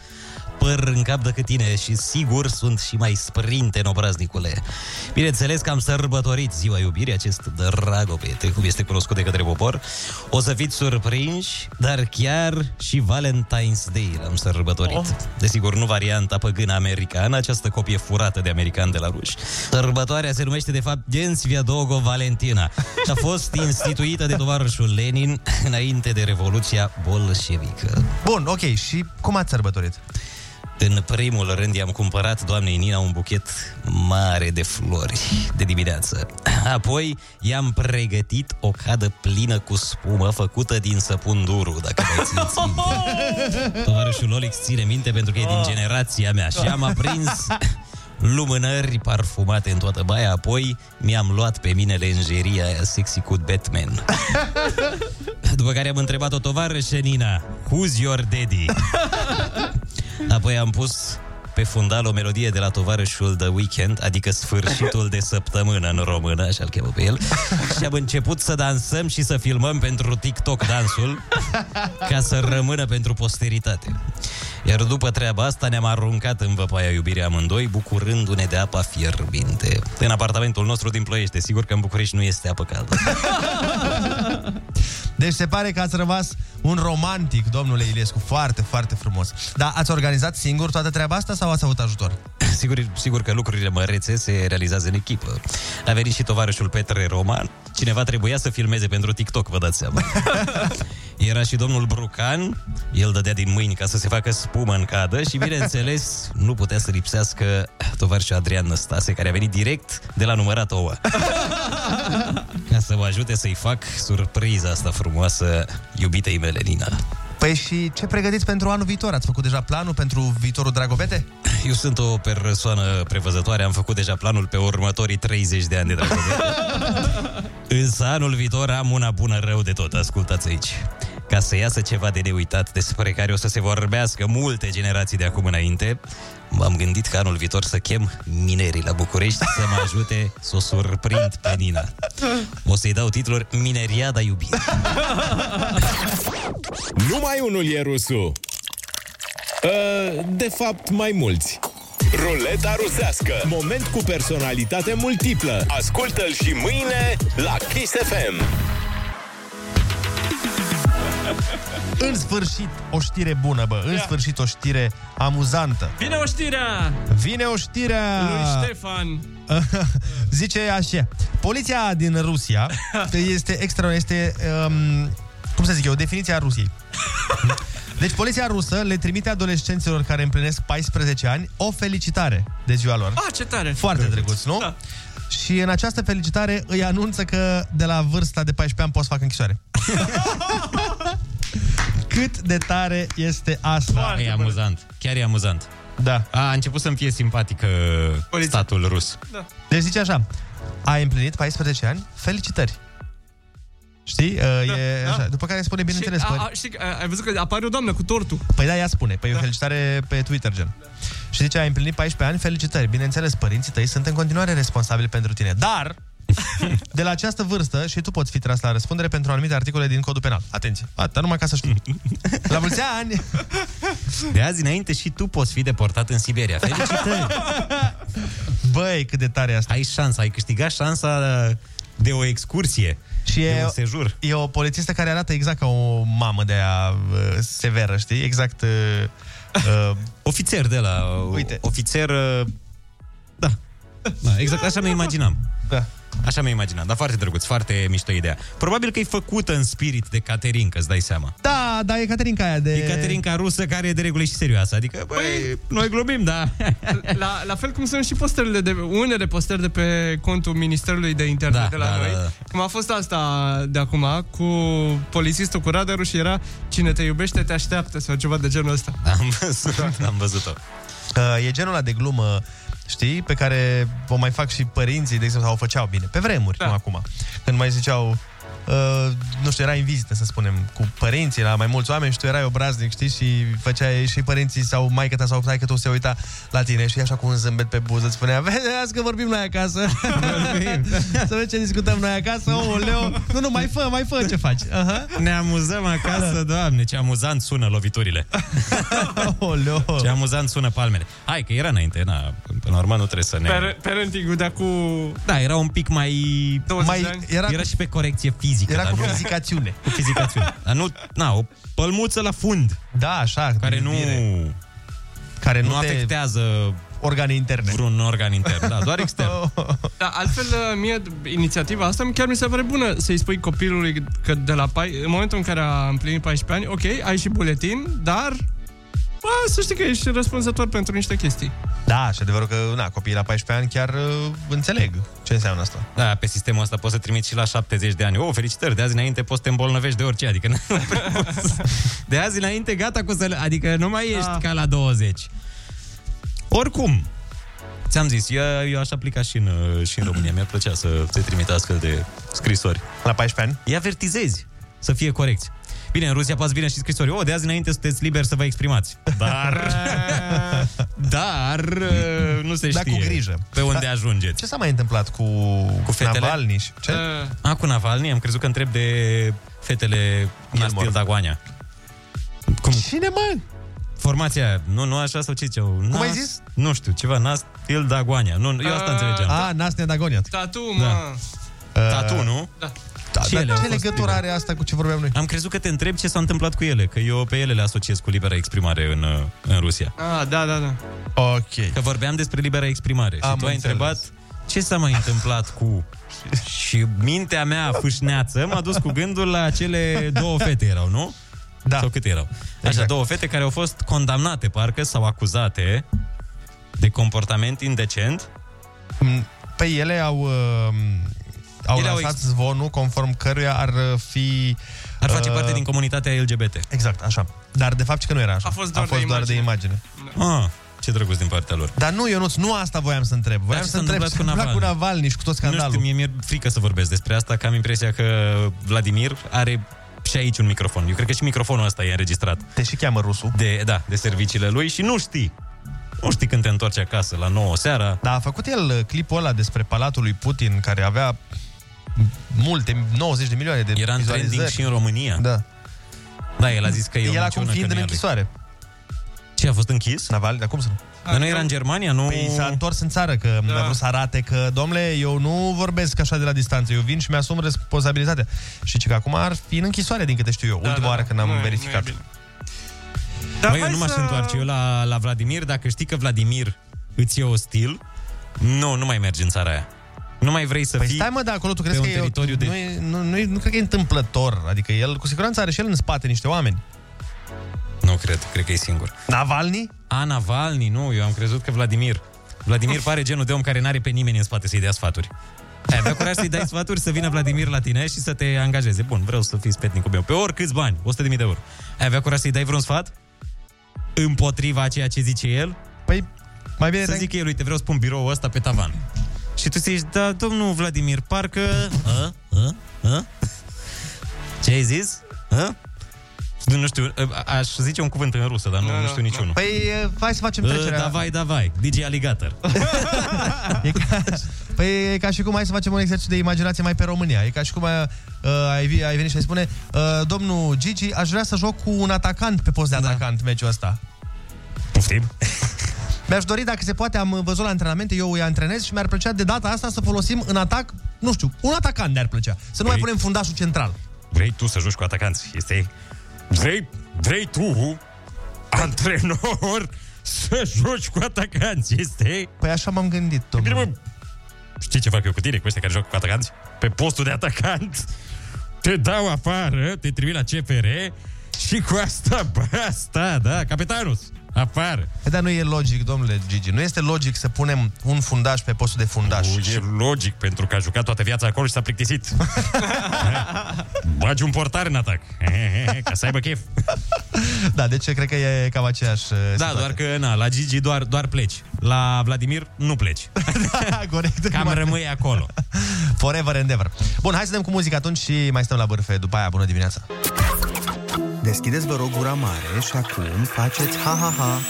V: păr în cap decât tine și sigur sunt și mai sprinte în obraz, Nicule. Bineînțeles că am sărbătorit ziua iubirii, acest dragobete, cum este cunoscut de către popor. O să fiți surprinși, dar chiar și Valentine's Day l-am sărbătorit. Oh. Desigur, nu varianta păgână americană, această copie furată de americani de la ruși. Sărbătoarea se numește, de fapt, Densvia Dogo Valentina și a fost instituită de tovarășul Lenin înainte de Revoluția Bolșevică.
H: Bun, ok, și cum ați sărbătorit?
V: În primul rând i-am cumpărat doamnei Nina un buchet mare de flori de dimineață. Apoi i-am pregătit o cadă plină cu spumă făcută din săpun duru, dacă mai țin Tovarășul Olix ține minte pentru că e din generația mea și am aprins
I: lumânări parfumate în toată baia, apoi mi-am luat pe mine lenjeria aia sexy cu Batman. După care am întrebat-o tovarășă Nina, who's your daddy? Apoi am pus pe fundal o melodie de la tovarășul The Weekend, adică sfârșitul de săptămână în română, așa-l cheamă pe el, și am început să dansăm și să filmăm pentru TikTok dansul, ca să rămână pentru posteritate. Iar după treaba asta ne-am aruncat în văpaia iubirii amândoi, bucurându-ne de apa fierbinte. În apartamentul nostru din Ploiești, sigur că în București nu este apă caldă.
H: Deci se pare că ați rămas un romantic, domnule Iliescu, foarte, foarte frumos. Dar ați organizat singur toată treaba asta sau ați avut ajutor?
I: Sigur, sigur că lucrurile mărețe se realizează în echipă. A venit și tovarășul Petre Roman. Cineva trebuia să filmeze pentru TikTok, vă dați seama. Era și domnul Brucan, el dădea din mâini ca să se facă spumă în cadă și, bineînțeles, nu putea să lipsească tovarășul Adrian Năstase, care a venit direct de la numărat ouă. Ca să mă ajute să-i fac surpriza asta frumoasă iubitei mele, Nina.
H: Păi și ce pregătiți pentru anul viitor? Ați făcut deja planul pentru viitorul Dragobete?
I: Eu sunt o persoană prevăzătoare, am făcut deja planul pe următorii 30 de ani de dragoste. Însă anul viitor am una bună rău de tot, ascultați aici. Ca să iasă ceva de neuitat despre care o să se vorbească multe generații de acum înainte, m-am gândit că anul viitor să chem minerii la București să mă ajute să o surprind pe Nina. O să-i dau titlul Mineriada iubirii.
G: Numai unul e rusul. Uh, De fapt, mai mulți. Ruleta rusească. Moment cu personalitate multiplă. Ascultă-l și mâine la Kiss FM.
H: În sfârșit, o știre bună, bă. În
J: Ia.
H: sfârșit, o știre amuzantă.
J: Vine o știrea
H: Vine o știre...
I: Ah.
J: lui Ștefan.
H: Zice așa. Poliția din Rusia este extra... Este, um, cum să zic eu, definiția Rusiei. Deci poliția rusă le trimite adolescenților care împlinesc 14 ani o felicitare de ziua lor.
J: Ah, ce tare!
H: Foarte drăguț, nu? Da. Și în această felicitare îi anunță că de la vârsta de 14 ani poți să facă închisoare. Cât de tare este asta?
I: E amuzant, Da, chiar e amuzant.
H: Da.
I: A, a început să-mi fie simpatică statul rus.
J: Da.
H: Deci zice așa, ai împlinit 14 ani, felicitări. Știi? Uh, e
J: da.
H: așa. După care spune, bineînțeles,
J: și, a,
H: păi,
J: a, știi, că, a, ai văzut că apare o doamnă cu tortul.
H: păi da, ea spune, păi da. o felicitare pe Twitter, gen. Și zice, ai împlinit 14 ani, felicitări. Bineînțeles, părinții tăi sunt în continuare responsabili pentru tine, dar... De la această vârstă și tu poți fi tras la răspundere pentru anumite articole din codul penal. Atenție! Atâta numai ca să știi. La mulți ani!
I: De azi înainte și tu poți fi deportat în Siberia. Felicitări!
H: Băi, cât de tare e asta!
I: Ai șansa, ai câștigat șansa de o excursie.
H: Și
I: de
H: e,
I: un sejur.
H: e o polițistă care arată exact ca o mamă de a severă, știi? Exact... Uh, uh,
I: Ofițer de la... Uite. Ofițer... uh, Da. da. Exact așa mi imaginam.
H: Da.
I: Așa mi imaginam, dar foarte drăguț, foarte mișto ideea. Probabil că e făcută în spirit de Caterinca, îți dai seama.
H: da, da, e Caterinca aia de... Păi,
I: E Caterinca rusă care e de regulă și serioasă, adică, băi, noi glumim, da.
J: La, la fel cum sunt și posterele de, unele posteri de pe contul Ministerului de Interne
I: Da,
J: de la
I: da,
J: noi.
I: da, da.
J: Cum a fost asta de acum cu polițistul cu radarul și era cine te iubește te așteaptă sau ceva de genul ăsta.
I: Am văzut, am văzut-o.
H: Uh, e genul ăla de glumă, știi, pe care o mai fac și părinții, de exemplu, sau o făceau bine, pe vremuri, da. nu acum. Când mai ziceau, uh, nu știu, erai în vizită, să spunem, cu părinții la mai mulți oameni și tu erai obraznic, știi, și făceai și părinții sau maică ta sau taică tu se uita la tine și așa cu un zâmbet pe buză îți spunea, vezi, azi că vorbim noi acasă. să vedem ce discutăm noi acasă, oleo. Nu, nu, mai fă, mai fă ce faci. Aha. Da.
I: Ne amuzăm acasă, doamne, ce amuzant sună loviturile. Ce amuzant sună palmele. Hai, că era înainte, na, până la urmă nu trebuie să ne...
J: Par- parenting-ul de cu
I: Da, era un pic mai...
J: 20
I: mai
J: de ani.
I: era, era și pe corecție fizică.
J: Era
I: dar
J: cu
I: nu-
H: fizicațiune.
I: Cu fizicațiune. Dar nu, na, o pălmuță la fund.
H: Da, așa.
I: Care nu...
H: Care nu
I: nu
H: te-
I: afectează...
H: Organe interne.
I: Vreun organ intern, da, doar extern.
J: Da, altfel, mie, inițiativa asta chiar mi se pare bună să-i spui copilului că de la pai, în momentul în care a împlinit 14 ani, ok, ai și buletin, dar bă, să știi că ești răspunzător pentru niște chestii.
H: Da, și adevărul că na, copiii la 14 ani chiar uh, înțeleg ce înseamnă asta.
I: Da, pe sistemul ăsta poți să trimiți și la 70 de ani. O, felicitări, de azi înainte poți să te îmbolnăvești de orice, adică nu prea poți. de azi înainte gata cu să... Adică nu mai ești da. ca la 20. Oricum, Ți-am zis, eu, eu aș aplica și în, uh, și în România. Mi-ar plăcea să te trimit astfel de scrisori.
H: La 14
I: ani? Îi avertizezi să fie corecți. Bine, în Rusia poți vine și scrisori. O, de azi înainte sunteți liberi să vă exprimați. Dar... dar... uh, Nu se știe.
H: Dar Da, cu grijă.
I: Pe unde
H: Dar
I: ajungeți.
H: Ce s-a mai întâmplat cu, cu
I: fetele? Ah.
H: Navalny? și- Ce?
I: A, cu Navalny, am crezut că întreb de fetele Nastilda Goanea. Cum?
H: Cine, mă?
I: Formația aia. Nu, nu așa sau ce ziceau? Cum
H: ai zis?
I: Nu știu, ceva, Nastilda Goanea. Nu, eu asta înțelegeam.
H: A, nas neadagoniat.
J: Tatu,
I: Ah. mă. Tatu, nu?
J: Da.
H: Da,
I: Și
H: Uh, dar
I: ele au
H: ce
I: fost
H: legătură
I: libere.
H: are asta cu ce vorbeam noi?
I: Am crezut că te întreb ce s-a întâmplat cu ele, că eu pe ele le asociez cu libera exprimare în, uh, în Rusia.
J: Ah, da, da, da.
H: Ok.
I: Că vorbeam despre libera exprimare
J: Am
I: și tu ai
J: înțeles.
I: întrebat ce s-a mai întâmplat cu... și mintea mea fâșneață m-a dus cu gândul la cele două fete erau, nu?
H: Da.
I: Sau câte erau? Așa,
V: Exact.
I: două fete care au fost condamnate, parcă, sau acuzate de comportament indecent.
H: Pe ele au... Uh, au
I: Ele au
H: lansat zvonul conform căruia ar uh, fi... uh,
I: Ar face parte din comunitatea LGBT.
H: Exact, așa. Dar de fapt și că nu era așa.
I: A fost doar
H: A fost
I: de
H: doar de imagine.
I: Ah, ce drăguț din partea lor.
H: Dar nu, Ionuț, nu asta voiam să întreb. Voiam
I: ce
H: să
I: s-a
H: întreb ce
I: întâmplat
H: se
I: cu
H: întâmpla cu
I: Navalny?
H: Navalny și cu toți
I: Nu
H: scandalul.
I: știu, mie mi-e frică să vorbesc despre asta, că am impresia că Vladimir are și aici un microfon. Eu cred că și microfonul ăsta e înregistrat.
H: Te și cheamă rusul.
I: De, da, de serviciile lui și nu știi. Nu știi când te întorci acasă, la 9 seara.
H: Da, a făcut el uh, clipul ăla despre palatul lui Putin, care avea multe, 90 de milioane de
I: Era în trending
H: vizualizări.
I: și în România.
H: Da.
I: Da, el a zis că e o
H: El acum
I: minciună,
H: fiind
I: că nu
H: în
I: e a lui.
H: închisoare.
I: Ce, a fost închis?
H: Naval, dar cum să nu?
I: Dar nu era în Germania, nu?
H: Păi s-a întors în țară, că da. a vrut să arate că, domnule, eu nu vorbesc așa de la distanță, eu vin și mi-asum responsabilitatea. Și ce că acum ar fi în închisoare, din câte știu eu, da, ultima da, oară când am verificat. Da,
I: Dar Măi, eu nu m-aș întoarce eu la, la Vladimir. Dacă știi că Vladimir îți e ostil, nu, nu mai mergi în țara aia. Nu mai vrei să
H: Păi
I: fii
H: stai mă, da, acolo tu
I: pe
H: crezi că
I: un
H: e,
I: teritoriu
H: nu,
I: de...
H: e, nu, nu, e- nu cred că e întâmplător, adică el cu siguranță are și el în spate niște oameni.
I: Nu cred, cred că e singur.
H: Navalny?
I: A, Navalny, nu, eu am crezut că Vladimir. Vladimir pare genul de om care n-are pe nimeni în spate să-i dea sfaturi. Ai avea curaj să-i dai sfaturi, să vină Vladimir la tine și să te angajeze. Bun, vreau să fii spetnicul meu. Pe oricâți bani, 100.000 de euro. Ai avea curaj să-i dai vreun sfat? Împotriva a ceea ce zice el?
H: Păi, mai bine...
I: Să zic el, uite, vreau să pun biroul ăsta pe tavan. Și tu zici, da, domnul Vladimir, parcă... A? A? A? Ce ai zis? A? Nu, nu știu, aș zice un cuvânt în rusă, dar nu, nu știu niciunul.
H: Păi, e, hai să facem
I: Uh,
H: trecerea.
I: Davai, davai, DJ Alligator.
H: Păi e ca și cum hai să facem un exercițiu de imaginație mai pe România. E ca și cum uh, ai, vi- ai venit și ai spune uh, Domnul Gigi, aș vrea să joc cu un atacant pe post de atacant da. meciul ăsta.
I: Poftim.
H: Mi-aș dori, dacă se poate, am văzut la antrenamente, eu îi antrenez și mi-ar plăcea de data asta să folosim în atac, nu știu, un atacant ne-ar plăcea. Să nu mai
I: Păi-
H: punem fundașul central.
I: Vrei tu să joci cu atacanți? Este... Vrei, vrei tu, antrenor, să joci cu atacanți? Este...
H: Păi așa m-am gândit, domnule.
I: Știi ce fac eu cu tine, cu ăștia care joacă cu atacanți? Pe postul de atacant, te dau afară, te trimit la CFR și cu asta, basta, da, capitanus, afară.
H: Păi, dar nu e logic, domnule Gigi. Nu este logic să punem un fundaș pe postul de fundaș.
I: Nu, E logic, pentru că a jucat toată viața acolo și s-a plictisit. Bagi un portar în atac, ca să aibă chef.
H: Da, deci cred că e cam aceeași uh,
I: Da,
H: situație.
I: doar că, na, la Gigi doar, doar pleci. La Vladimir nu pleci.
H: Da, Corect.
I: Cam rămâi acolo.
H: Forever and ever. Bun, hai să dăm cu muzica atunci și mai stăm la bârfe după aia. Bună dimineața!
B: Deschideți, vă rog, gura mare și acum faceți ha-ha-ha.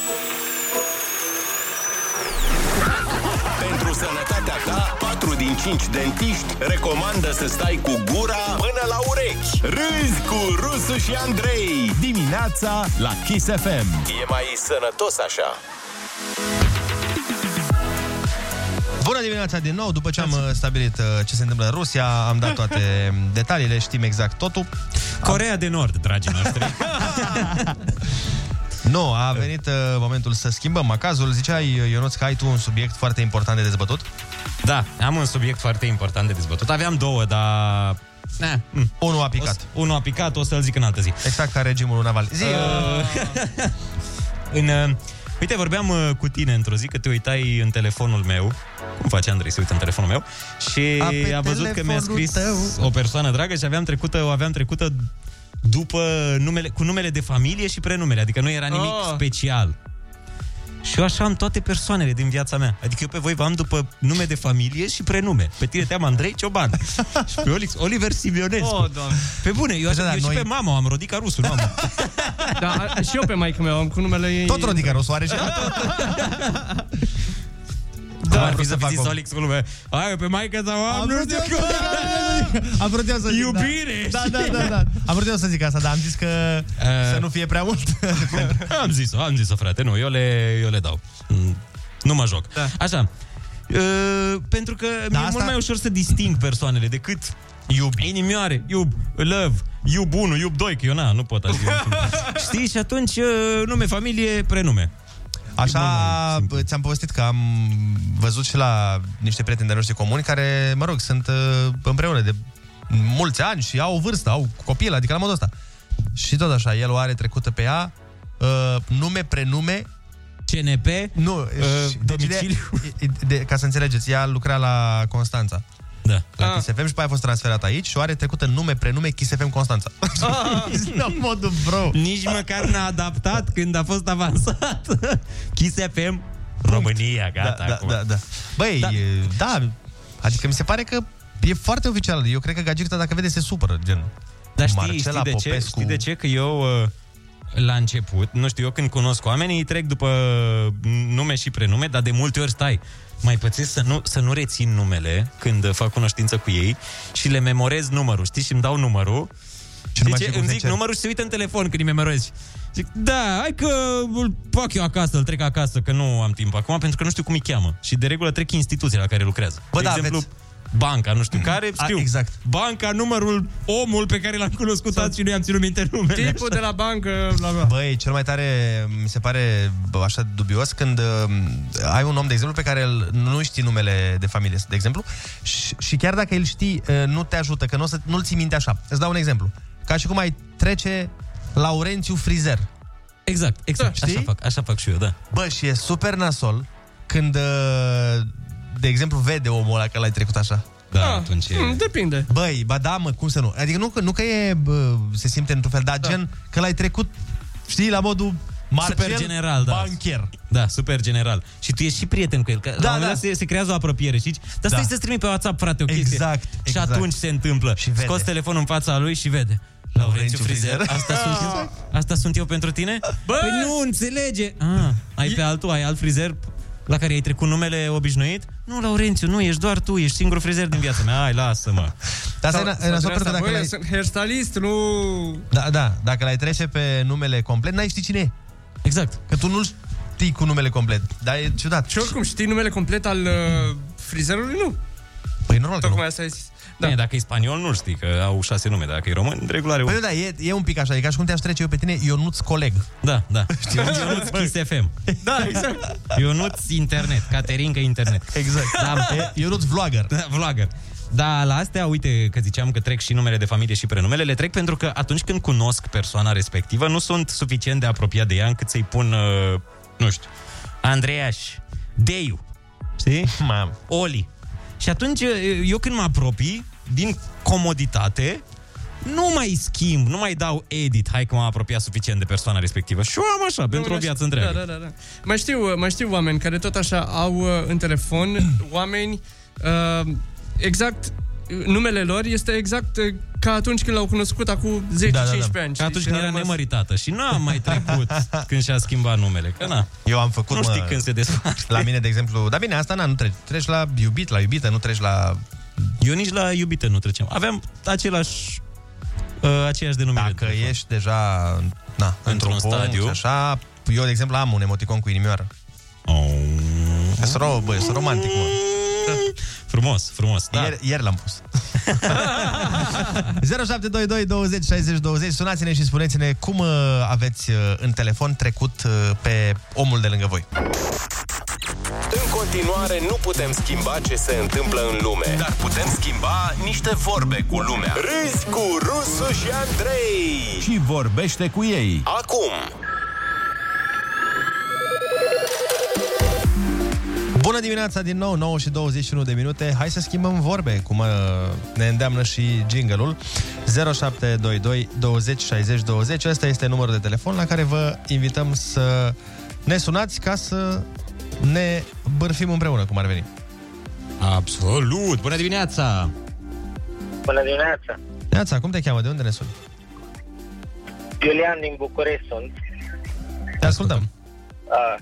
G: Pentru sănătatea ta, 4 din 5 dentiști recomandă să stai cu gura până la urechi. Râzi cu Rusu și Andrei. Dimineața la Kiss FM. E mai sănătos așa.
H: Bună dimineața din nou, după ce am uh, stabilit uh, ce se întâmplă în Rusia, am dat toate detaliile, știm exact totul.
I: Corea de Nord, dragii noștri.
H: Nu, a venit uh, momentul să schimbăm macazul. Ziceai, uh, Ionuț, că ai tu un subiect foarte important de dezbătut.
I: Da, am un subiect foarte important de dezbătut. Aveam două, dar... Na, mm.
H: Hmm. Unul a picat.
I: O să- Unul a picat, o să-l zic în altă zi.
H: Exact ca regimul naval. Zi,
I: Uh, în, uh, uite, vorbeam uh, cu tine într-o zi că te uitai în telefonul meu. Cum face Andrei să uită în telefonul meu? Și
H: A, pe
I: a, văzut că mi-a
H: telefonul
I: scris
H: tău.
I: o persoană dragă și aveam trecută, o aveam trecută după numele, cu numele de familie și prenumele, adică nu era nimic
J: Oh.
I: special. Și eu așa am toate persoanele din viața mea. Adică eu pe voi v-am după nume de familie și prenume. Pe tine te-am Andrei Cioban. și pe Olix, Oliver Simionescu.
J: Oh, Doamne.
I: Pe bune, eu, așa,
J: da,
I: eu
J: noi-
I: și pe mama o am Rodica Rusu, nu am.
J: Da, a- și eu pe maică mea am cu numele ei.
I: Tot Rodica Rosu are și Da, ar fi să fac Olix cu lumea. Hai, eu pe maică sau am, nu știu cum.
H: da. Am vrut eu să zic,
I: Iubire!
H: Da. da, da, da, da. Am vrut eu să zic asta, dar am zis că să nu fie prea mult.
I: Eh, am zis-o, am zis-o, frate. Nu, eu le, eu le dau. Mm, Nu mă joc. Da. Așa. E, pentru că da, mi-e
H: asta-
I: mult mai ușor să disting persoanele decât iub. Inimioare, iub, love, iub 1, iub 2, că eu na, nu pot așa. Știi? Și atunci e,
H: uh,
I: nume, familie, prenume.
H: Așa, bă, ți-am povestit că am văzut și la niște prieteni de noștri comuni care, mă rog, sunt uh, împreună de mulți ani și au o vârstă, au copil, adică la modul ăsta. Și tot așa, el o are trecută pe ea, uh, nume, prenume,
I: CNP,
H: nu, și- deci De, de, ca să înțelegeți, ea lucra la Constanța.
I: Da.
H: La Kiss FM și pe aia a fost transferată aici și o are trecută nume, prenume, Kiss FM Constanța.
I: La
H: Ah, modul bro.
I: Nici măcar n-a adaptat când a fost avansat. Kiss FM, România, gata.
H: da,
I: acum.
H: da, da. Băi, da. da, adică mi se pare că e foarte oficial. Eu cred că Gagirita, dacă vede, se supără, gen.
I: Dar știi,
H: Marcela
I: știi, de ce?
H: Popescu.
I: știi de ce? Că eu uh, la început, nu știu, eu când cunosc oamenii, îi trec după uh, nume și prenume, dar de multe ori stai. Mai pățesc să nu, să nu rețin numele când uh, fac cunoștință cu ei și le memorez numărul, știi? Și îmi dau numărul. Și
H: nu mai
I: zice,
H: știi cum
I: îmi
H: să-i
I: zic
H: ceri.
I: numărul și se uită în telefon când îi memorez. Zic, da, hai că îl fac eu acasă, îl trec acasă, că nu am timp acum, pentru că nu știu cum îi cheamă. Și de regulă trec instituția la care lucrează.
H: Bă,
I: de
H: da,
I: exemplu,
H: aveți-
I: banca, nu știu care,
H: A,
I: știu.
H: exact.
I: Banca, numărul, omul pe care l-am cunoscut azi și nu i-am ținut minte numele.
J: Tipul de la bancă, bla bla.
H: Băi, cel mai tare mi se pare bă, așa dubios când uh, ai un om, de exemplu, pe care îl- nu știi numele de familie, de exemplu, și, și chiar dacă îl știi, uh, nu te ajută, că nu o să, nu-l ții minte așa. Îți dau un exemplu. Ca și cum ai trece Laurențiu Frizer.
I: Exact, exact.
H: Știi?
I: Așa fac, așa fac și eu, da.
H: Bă, și e super nasol când, uh, de exemplu, vede omul ăla că l-ai trecut așa.
I: Da, ah, atunci
J: hmm, Depinde.
H: Băi, ba da, mă, cum să nu? Adică nu, că- nu că e, bă, se simte într-un fel, dar da. gen că l-ai trecut, știi, la modul Marcel
I: super general, da.
H: Bancher.
I: Da, super general. Și tu ești și prieten cu el. Că da, la da.
H: da.
I: Se, se creează o apropiere, știi? Dar stai
H: Da.
I: să-ți trimit pe WhatsApp, frate, o chestie.
H: Exact,
I: Și
H: exact.
I: atunci se întâmplă. Și
H: vede.
I: Scoți telefonul în fața lui și vede. Laurențiu Frizer.
H: Frizer. Exact.
I: Asta sunt, asta sunt eu pentru tine? Bă! Păi nu înțelege. Ah, ai pe altul, ai alt frizer la care ai trecut numele obișnuit? Nu, Laurențiu, nu, ești doar tu, ești singurul frizer din viața mea. Hai, lasă-mă.
H: Dar asta
I: Sau-
H: e na-
I: sau
H: e
I: din
H: nasol pentru că
I: asta,
H: dacă
I: bă,
H: l-ai...
J: Sunt hairstylist, nu...
H: Da, da, dacă l-ai trece pe numele complet, n-ai ști cine e.
I: Exact.
H: Că tu nu-l știi cu numele complet, dar e ciudat.
J: Și oricum știi numele complet al uh, frizerului? Nu.
H: Păi normal că nu.
J: Tocmai asta ai zis.
I: Da. Bine, dacă e spaniol, nu știi că au șase nume, dacă e român, de regulă are
H: Păi
I: unul.
H: nu, da, e, e un pic așa, e ca și cum te-aș trece eu pe tine, Ionuț coleg.
I: Da, da. Ionuț Kiss FM.
J: Da, exact.
I: Ionuț internet, Caterinca internet.
H: Exact.
I: Da,
H: Ionuț vlogger.
I: Da, vlogger. Da, la astea, uite, că ziceam că trec și numele de familie și prenumele, le trec pentru că atunci când cunosc persoana respectivă, nu sunt suficient de apropiat de ea încât să-i pun, uh, nu știu, Andreaș, Deiu, știi?
H: Mam.
I: Oli. Și atunci, uh, eu când mă apropii, din comoditate, nu mai schimb, nu mai dau edit, hai că m-am apropiat suficient de persoana respectivă. Și eu am așa, pentru o
J: Da,
I: viață întreagă.
J: Da, da, da, da. Mai știu, mai știu oameni care tot așa au uh, în telefon oameni uh, exact numele lor este exact uh, ca atunci când l-au cunoscut acum
I: Da,
J: 10-15 ani. știi?
I: Atunci
J: Și
I: când
J: a
I: era
J: rămas-
I: nemăritată și n-a mai trecut când și-a schimbat numele. Că na.
H: Eu am făcut,
I: Nu
H: mă,
I: știi când se desparte.
H: La mine, de exemplu, dar bine, asta na, nu treci. Treci la iubit, la iubită, nu treci la...
I: Eu nici la iubită nu treceam. Aveam același uh, aceeași denumire.
H: Dacă ești deja na, într-un, într
I: stadiu.
H: stadiu. așa, eu, de exemplu, am un emoticon cu inimioară. Oh. Sunt ro- bă, sunt romantic, mă.
I: Da. Frumos, frumos, da.
H: Ieri, ieri l-am pus. 0722 20 60 20 Sunați-ne și spuneți-ne cum uh, aveți uh, în telefon trecut uh, pe omul de lângă voi.
G: În continuare, nu putem schimba ce se întâmplă în lume, dar putem schimba niște vorbe cu lumea. Râzi cu Rusu și Andrei.
F: Și vorbește cu ei.
G: Acum,
H: Bună dimineața din nou, 9 și 21 de minute. Hai să schimbăm vorbe, cum uh, ne îndeamnă și jingle-ul. 0722 20 60 20. Asta este numărul de telefon la care vă invităm să ne sunați ca să ne bârfim împreună, cum ar veni.
I: Absolut! Bună dimineața!
P: Bună dimineața!
H: Neața, cum te cheamă? De unde ne suni?
P: Iulian din București sunt.
H: Te ascultăm.
P: Uh,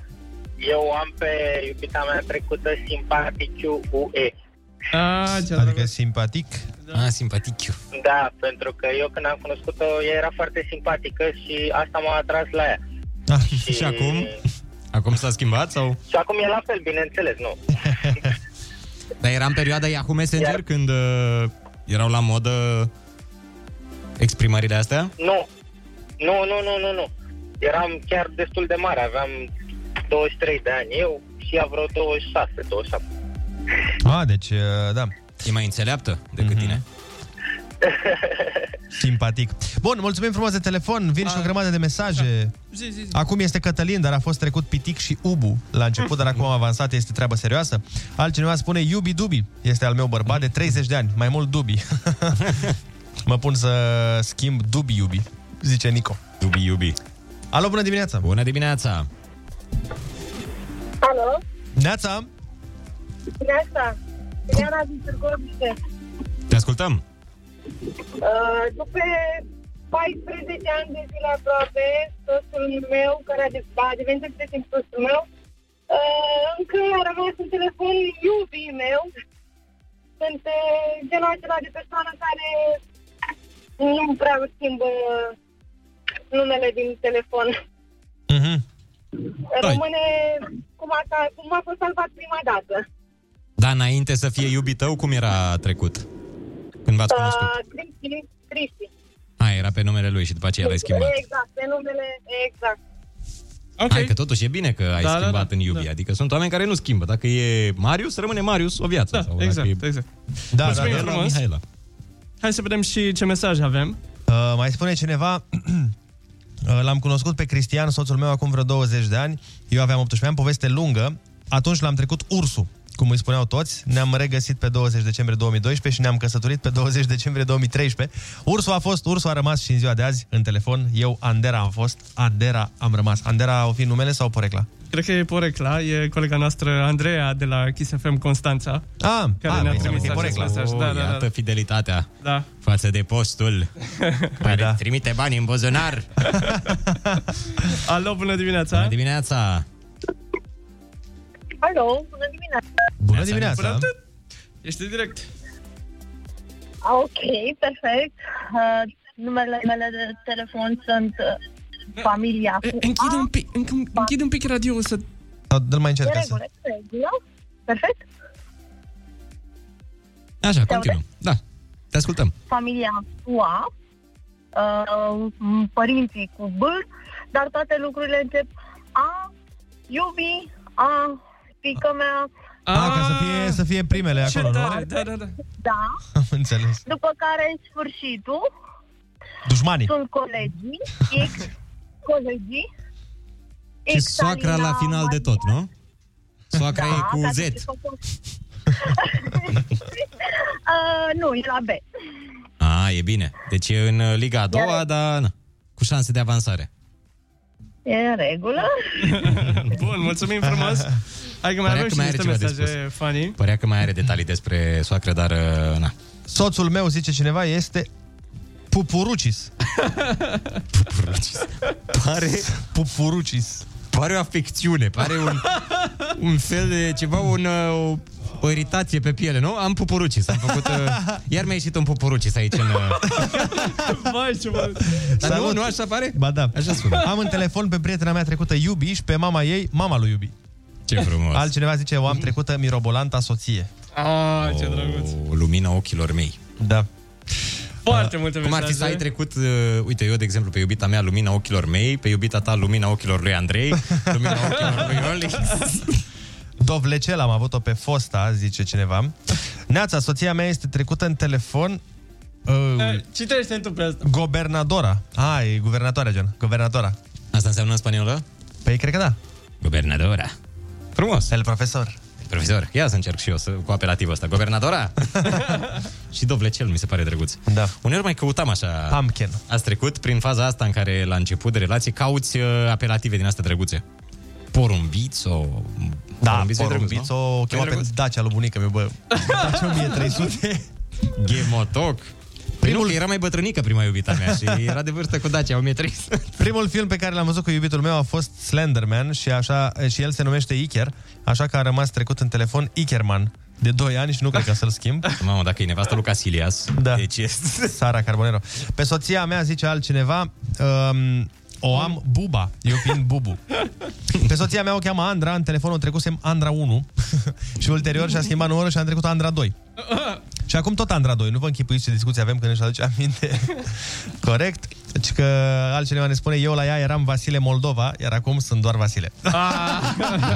P: Eu am pe iubita mea trecută simpaticiu UE.
H: A, adică simpatic.
W: Ah, simpatic.
P: Da, pentru că eu când am cunoscut-o, ea era foarte simpatică și asta m-a atras la ea.
I: Ah, și... și acum? Acum s-a schimbat sau?
P: Și acum e la fel, bineînțeles, nu?
I: Dar era în perioada Yahoo Messenger Iar... când uh, erau la modă exprimările astea?
P: Nu. Nu, nu, nu, nu, nu. Eram chiar destul de mare, aveam 23 de ani eu și ea vreo 26, 27.
H: A, deci, uh, da. Mhm.
I: E mai înțeleaptă decât mm-hmm. tine.
H: Simpatic. Bun, mulțumim frumos de telefon, vin
I: Ah.
H: și o grămadă de mesaje.
I: Da.
J: Zi, zi, zi.
H: Acum este Cătălin, dar a fost trecut Pitic și Ubu la început, dar acum am avansat, este treabă serioasă. Altcineva spune Iubi Dubi, este al meu bărbat
I: Mhm.
H: de 30 de ani, mai mult Dubi. mă pun să schimb Dubi Iubi, zice Nico.
I: Iubi, iubi.
H: Alo, bună dimineața!
I: Bună dimineața!
U: Alo,
H: Neața,
U: Neața, Ileana din Târgoviște.
I: Te ascultăm!
U: Uh, după 14 ani de zile aproape, soțul meu, care a de- a devenit între timp soțul meu, uh, încă a rămas în telefon iubii meu. Sunt uh, genul acela de persoană care nu prea îmi schimbă numele din telefon.
H: Mhm.
U: Rămâne cum a, cum a fost salvat prima dată.
I: Dar înainte să fie iubit tău, cum era trecut? Când v-ați cunoscut?
U: Uh, Cristi, Cristi.
I: A, era pe numele lui și după aceea l-ai schimbat.
U: Exact, pe numele, exact.
I: Okay. Hai că totuși e bine că ai da, schimbat da, da, în iubi. Da. Adică sunt oameni care nu schimbă. Dacă e Marius, rămâne Marius o viață. Da, sau
J: exact,
I: dacă e...
J: exact.
H: Da,
J: Mulțumim
H: da, da,
J: frumos.
I: Mihaela.
J: Hai să vedem și ce mesaj avem.
H: Uh, mai spune cineva, uh, l-am cunoscut pe Cristian, soțul meu, acum vreo 20 de ani. Eu aveam 18 ani, poveste lungă. Atunci l-am trecut ursul, cum îi spuneau toți. Ne-am regăsit pe 20 decembrie 2012 și ne-am căsătorit pe 20 decembrie 2013. Ursul a fost, ursul a rămas și în ziua de azi în telefon. Eu, Andera, am fost, Andera am rămas. Andera o fi numele sau porecla?
J: Cred că e porecla, e colega noastră Andreea de la Kiss FM Constanța.
H: Ah,
J: care
H: ah,
J: ne-a
H: bine,
J: trimis
H: e
J: acest
H: porecla.
J: mesaj.
H: Oh,
J: Da, da,
I: Iată
J: da.
I: fidelitatea
J: da.
I: față de postul care da. trimite bani în buzunar.
J: Alo, bună dimineața!
I: Bună dimineața!
U: Alo, bună dimineața.
H: Bună
J: Bună Ești direct.
U: Ok, perfect. Uh, numele mele de telefon sunt uh, familia.
J: E, Închide un pic, înc- închide un pic radio să...
H: Sau dă-l mai
U: De
H: încerc. Să...
U: regulă, de regulă. Perfect.
I: Așa, continuăm. Da, te ascultăm.
U: familia SUA, uh, părinții cu B, dar toate lucrurile încep A, iubi, A, pică mea,
H: Ah, ca să fie, să fie primele acolo, nu?
J: Da, da, da.
U: da,
H: Am înțeles.
U: după care în sfârșitul
H: Dușmanii.
U: sunt colegii, ex, colegii,
I: Și
U: Exact,
I: soacra
U: da,
I: la final de tot, nu? Soacra
D: Da,
I: e cu Z.
D: deci
U: Uh, nu, e la B.
I: A, e bine. Deci e în uh, Liga a doua, dar na, cu șanse de avansare.
U: E în regulă.
J: Bun, mulțumim frumos. Hai că mai avem
I: Părea că
J: și
I: mai are
J: niște
I: ceva de
J: mesaje funny.
I: Părea că mai are detalii despre soacră, dar uh, na.
H: Soțul meu, zice cineva, este Pupurucis.
I: Pare,
H: Pupurucis.
I: pare o afecțiune, pare un, un fel de ceva, un, uh, o, o iritație pe piele, nu? Am pupurucis, am făcut... Uh, iar mi-a ieșit un pupurucis aici în... Uh,
J: Vai, ce mă...
I: dar nu, nu așa pare?
H: Ba da.
I: Așa spune.
H: Am în telefon pe prietena mea trecută Iubi și pe mama ei, mama lui Iubi.
I: Ce frumos. Mm.
H: Altcineva zice, o am trecută mirobolanta soție.
J: Ah, ce drăguț.
I: O lumină ochilor mei.
H: Da.
J: Foarte multe
I: Cum ar fi să ai trecut, uh, uite, eu, de exemplu, pe iubita mea lumina ochilor mei, pe iubita ta lumina ochilor lui Andrei, lumina ochilor lui Olix.
H: Dovlecel am avut-o pe fosta, zice cineva. Neața, soția mea este trecută în telefon uh,
J: Citește tu pe asta.
H: gobernadora. Ah, e guvernatoarea, John. Gobernadora.
I: Asta înseamnă în spaniolă?
H: Păi cred că da.
I: Gobernadora. Frumos.
H: El profesor.
I: Profesor, ia să încerc și eu să, cu apelativul ăsta. Gobernadora? și dovlecel, mi se pare drăguț.
H: Da.
I: Uneori mai căutam așa...
H: Pumpkin.
I: Ați trecut prin faza asta în care la început de relație cauți uh, apelative din astea drăguțe. Porumbițo.
H: Da,
I: Porumbițo e drăguț,
H: porumbiță
I: nu?
H: o chema
I: E
H: pe
I: drăguț.
H: Dacia lui bunica mea, bă. Dacia 1300.
I: Gemotoc. Primul... Păi nu, că era mai bătrânică prima iubita mea și era de vârstă cu Dacia 1300.
H: Primul film pe care l-am văzut cu iubitul meu a fost Slenderman și, așa, și el se numește Iker, așa că a rămas trecut în telefon Ikerman de 2 ani și nu cred că să-l schimb.
I: Mamă, dacă e nevasta lui Casilias,
H: Da.
I: deci este...
H: Sara Carbonero. Pe soția mea, zice altcineva, um, o am Buba, eu fiind Bubu. Pe soția mea o cheamă Andra, în telefon o trecusem Andra 1 și ulterior și-a schimbat numărul și am trecut Andra 2. Și acum tot Andra 2, nu vă închipuiți ce discuție avem când își aduce aminte. Corect? Deci că altcineva ne spune, eu la ea eram Vasile Moldova, iar acum sunt doar Vasile.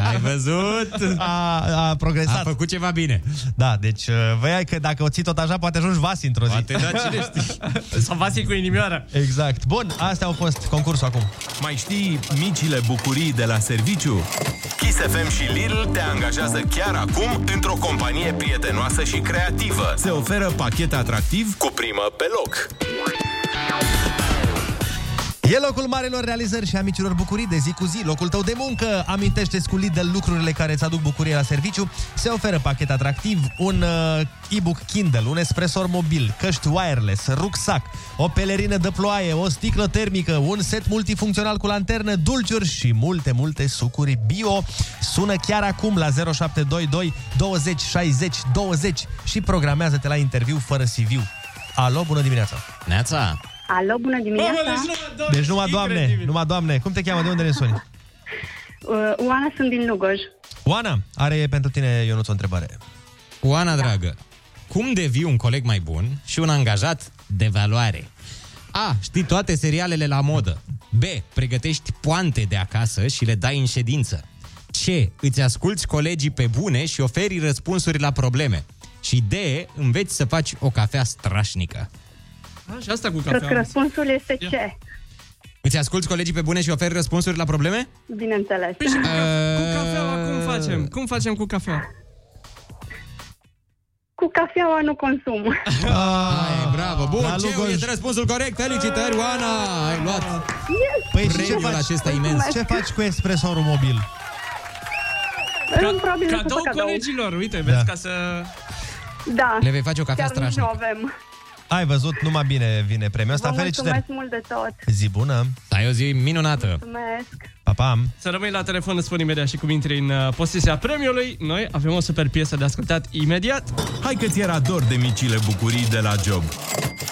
I: Ai văzut?
H: A, a progresat. A
I: făcut ceva bine.
H: Da, deci uh, vei că dacă o ții tot așa, poate ajungi Vasi într-o zi.
I: Poate, da, cine
H: știe. Sau Vasi cu inimioara. Exact. Bun, astea au fost concursul acum.
G: Mai știi micile bucurii de la serviciu? Kiss FM și Lidl te angajează chiar acum într-o companie prietenoasă și creativă. Se oferă pachet atractiv cu primă pe loc.
H: E locul marilor realizări și amicilor bucurii de zi cu zi, locul tău de muncă. Amintește-ți cu Lidl lucrurile care îți aduc bucurie la serviciu. Se oferă pachet atractiv, un uh, e-book Kindle, un espresor mobil, căști wireless, rucsac, o pelerină de ploaie, o sticlă termică, un set multifuncțional cu lanternă, dulciuri și multe, multe sucuri bio. Sună chiar acum la 0722 20 60 20 și programează-te la interviu fără CV. Alo, bună dimineața!
I: Neața!
D: Alo, bună dimineața!
H: Deci numai doamne, numai doamne, cum te cheamă, de unde ne suni?
D: Uh, Oana, sunt din Lugoj.
H: Oana, are pentru tine, Ionuț, o întrebare.
I: Oana,
J: Da.
I: dragă, cum devii un coleg mai bun și un angajat de valoare? A. Știi toate serialele la modă. B. Pregătești poante de acasă și le dai în ședință. C. Îți asculți colegii pe bune și oferi răspunsuri la probleme. Și D. Înveți să faci o cafea strașnică.
J: Ah, și asta cu
D: Cred că
J: cafea.
D: răspunsul este ce?
I: Îți asculți colegii pe bune și oferi răspunsuri la probleme?
D: Bineînțeles.
I: Uh,
J: Cu cafeaua Păi cum facem? Cum facem cu cafea?
D: Cu cafeaua nu consum.
I: Ai, bravo, bun, ce este răspunsul corect, felicitări, Oana, ai luat
H: Păi și ce
I: premiul
H: faci?
I: acesta imens.
H: Ce faci cu espresorul mobil?
D: Probabil să
J: Cadou
D: fac cadou.
J: colegilor, uite, vezi, ca să...
D: Da.
H: Le vei face o cafea
D: Chiar nici
H: strașnică.
D: nu avem.
H: Ai văzut, numai bine vine premiul ăsta,
D: Vă
H: felicitări!
D: mulțumesc mult de tot.
H: Zi bună!
I: Ai o zi minunată!
D: Mulțumesc.
H: Pa, pa!
J: Să rămâi la telefon, îți spun imediat și cum intri în uh, posesia premiului. Noi avem o super piesă de ascultat imediat.
G: Hai că ți era dor de micile bucurii de la job.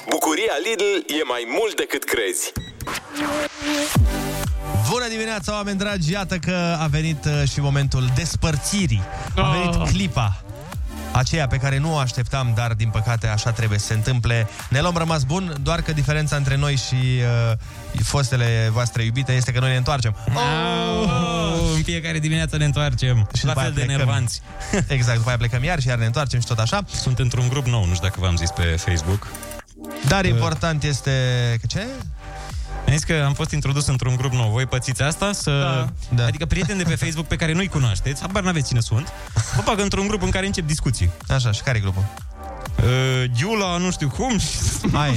G: Bucuria Lidl e mai mult decât crezi.
H: Bună dimineața, oameni dragi! Iată că a venit uh, și momentul despărțirii. A venit
B: Ah.
H: clipa aceea pe care nu o așteptam, dar din păcate așa trebuie să se întâmple. Ne luăm rămas bun, doar că diferența între noi și uh, fostele voastre iubite este că noi ne întoarcem.
I: Oh! În fiecare dimineață ne întoarcem. Și la
H: după
I: fel de
H: aia plecăm.
I: nervanți.
H: Exact, după aia plecăm iar și iar ne întoarcem și tot așa.
I: Sunt într-un grup nou, nu știu dacă v-am zis pe Facebook.
H: Dar important este... Că ce?
I: Am Da. zis că am fost introdus într-un grup nou. Voi pățiți asta? Să... Da. Adică prieteni de pe Facebook pe care nu-i cunoașteți, habar n-aveți cine sunt, vă bag într-un grup în care încep discuții.
H: Așa, și care e grupul?
I: Uh, Giula, nu știu cum.
H: Ai,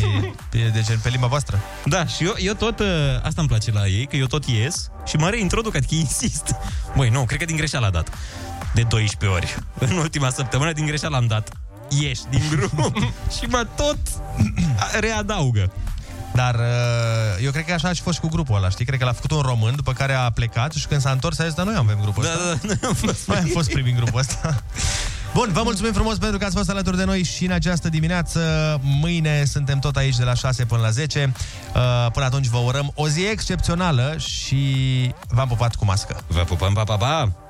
H: e deci pe limba voastră.
I: Da, și eu, eu tot, uh, asta îmi place la ei, că eu tot ies și mă reintroduc, adică insist. Băi, nu, cred că din greșeală a dat. De 12 ori. În ultima săptămână din greșeală am dat. Ieși din grup și mă tot readaugă.
H: Dar uh, eu cred că așa a și fost și cu grupul ăla, știi? Cred că l-a făcut un român, după care a plecat și când s-a întors a zis, dar noi avem grupul
I: Da,
H: ăsta.
I: da, da, noi am fost.
H: Noi am fost primit grupul ăsta. Bun, vă mulțumim frumos pentru că ați fost alături de noi și în această dimineață. Mâine suntem tot aici de la 6 până la 10. Uh, Până atunci vă urăm o zi excepțională și v-am pupat cu mască.
I: Vă pupăm, pa, pa, pa!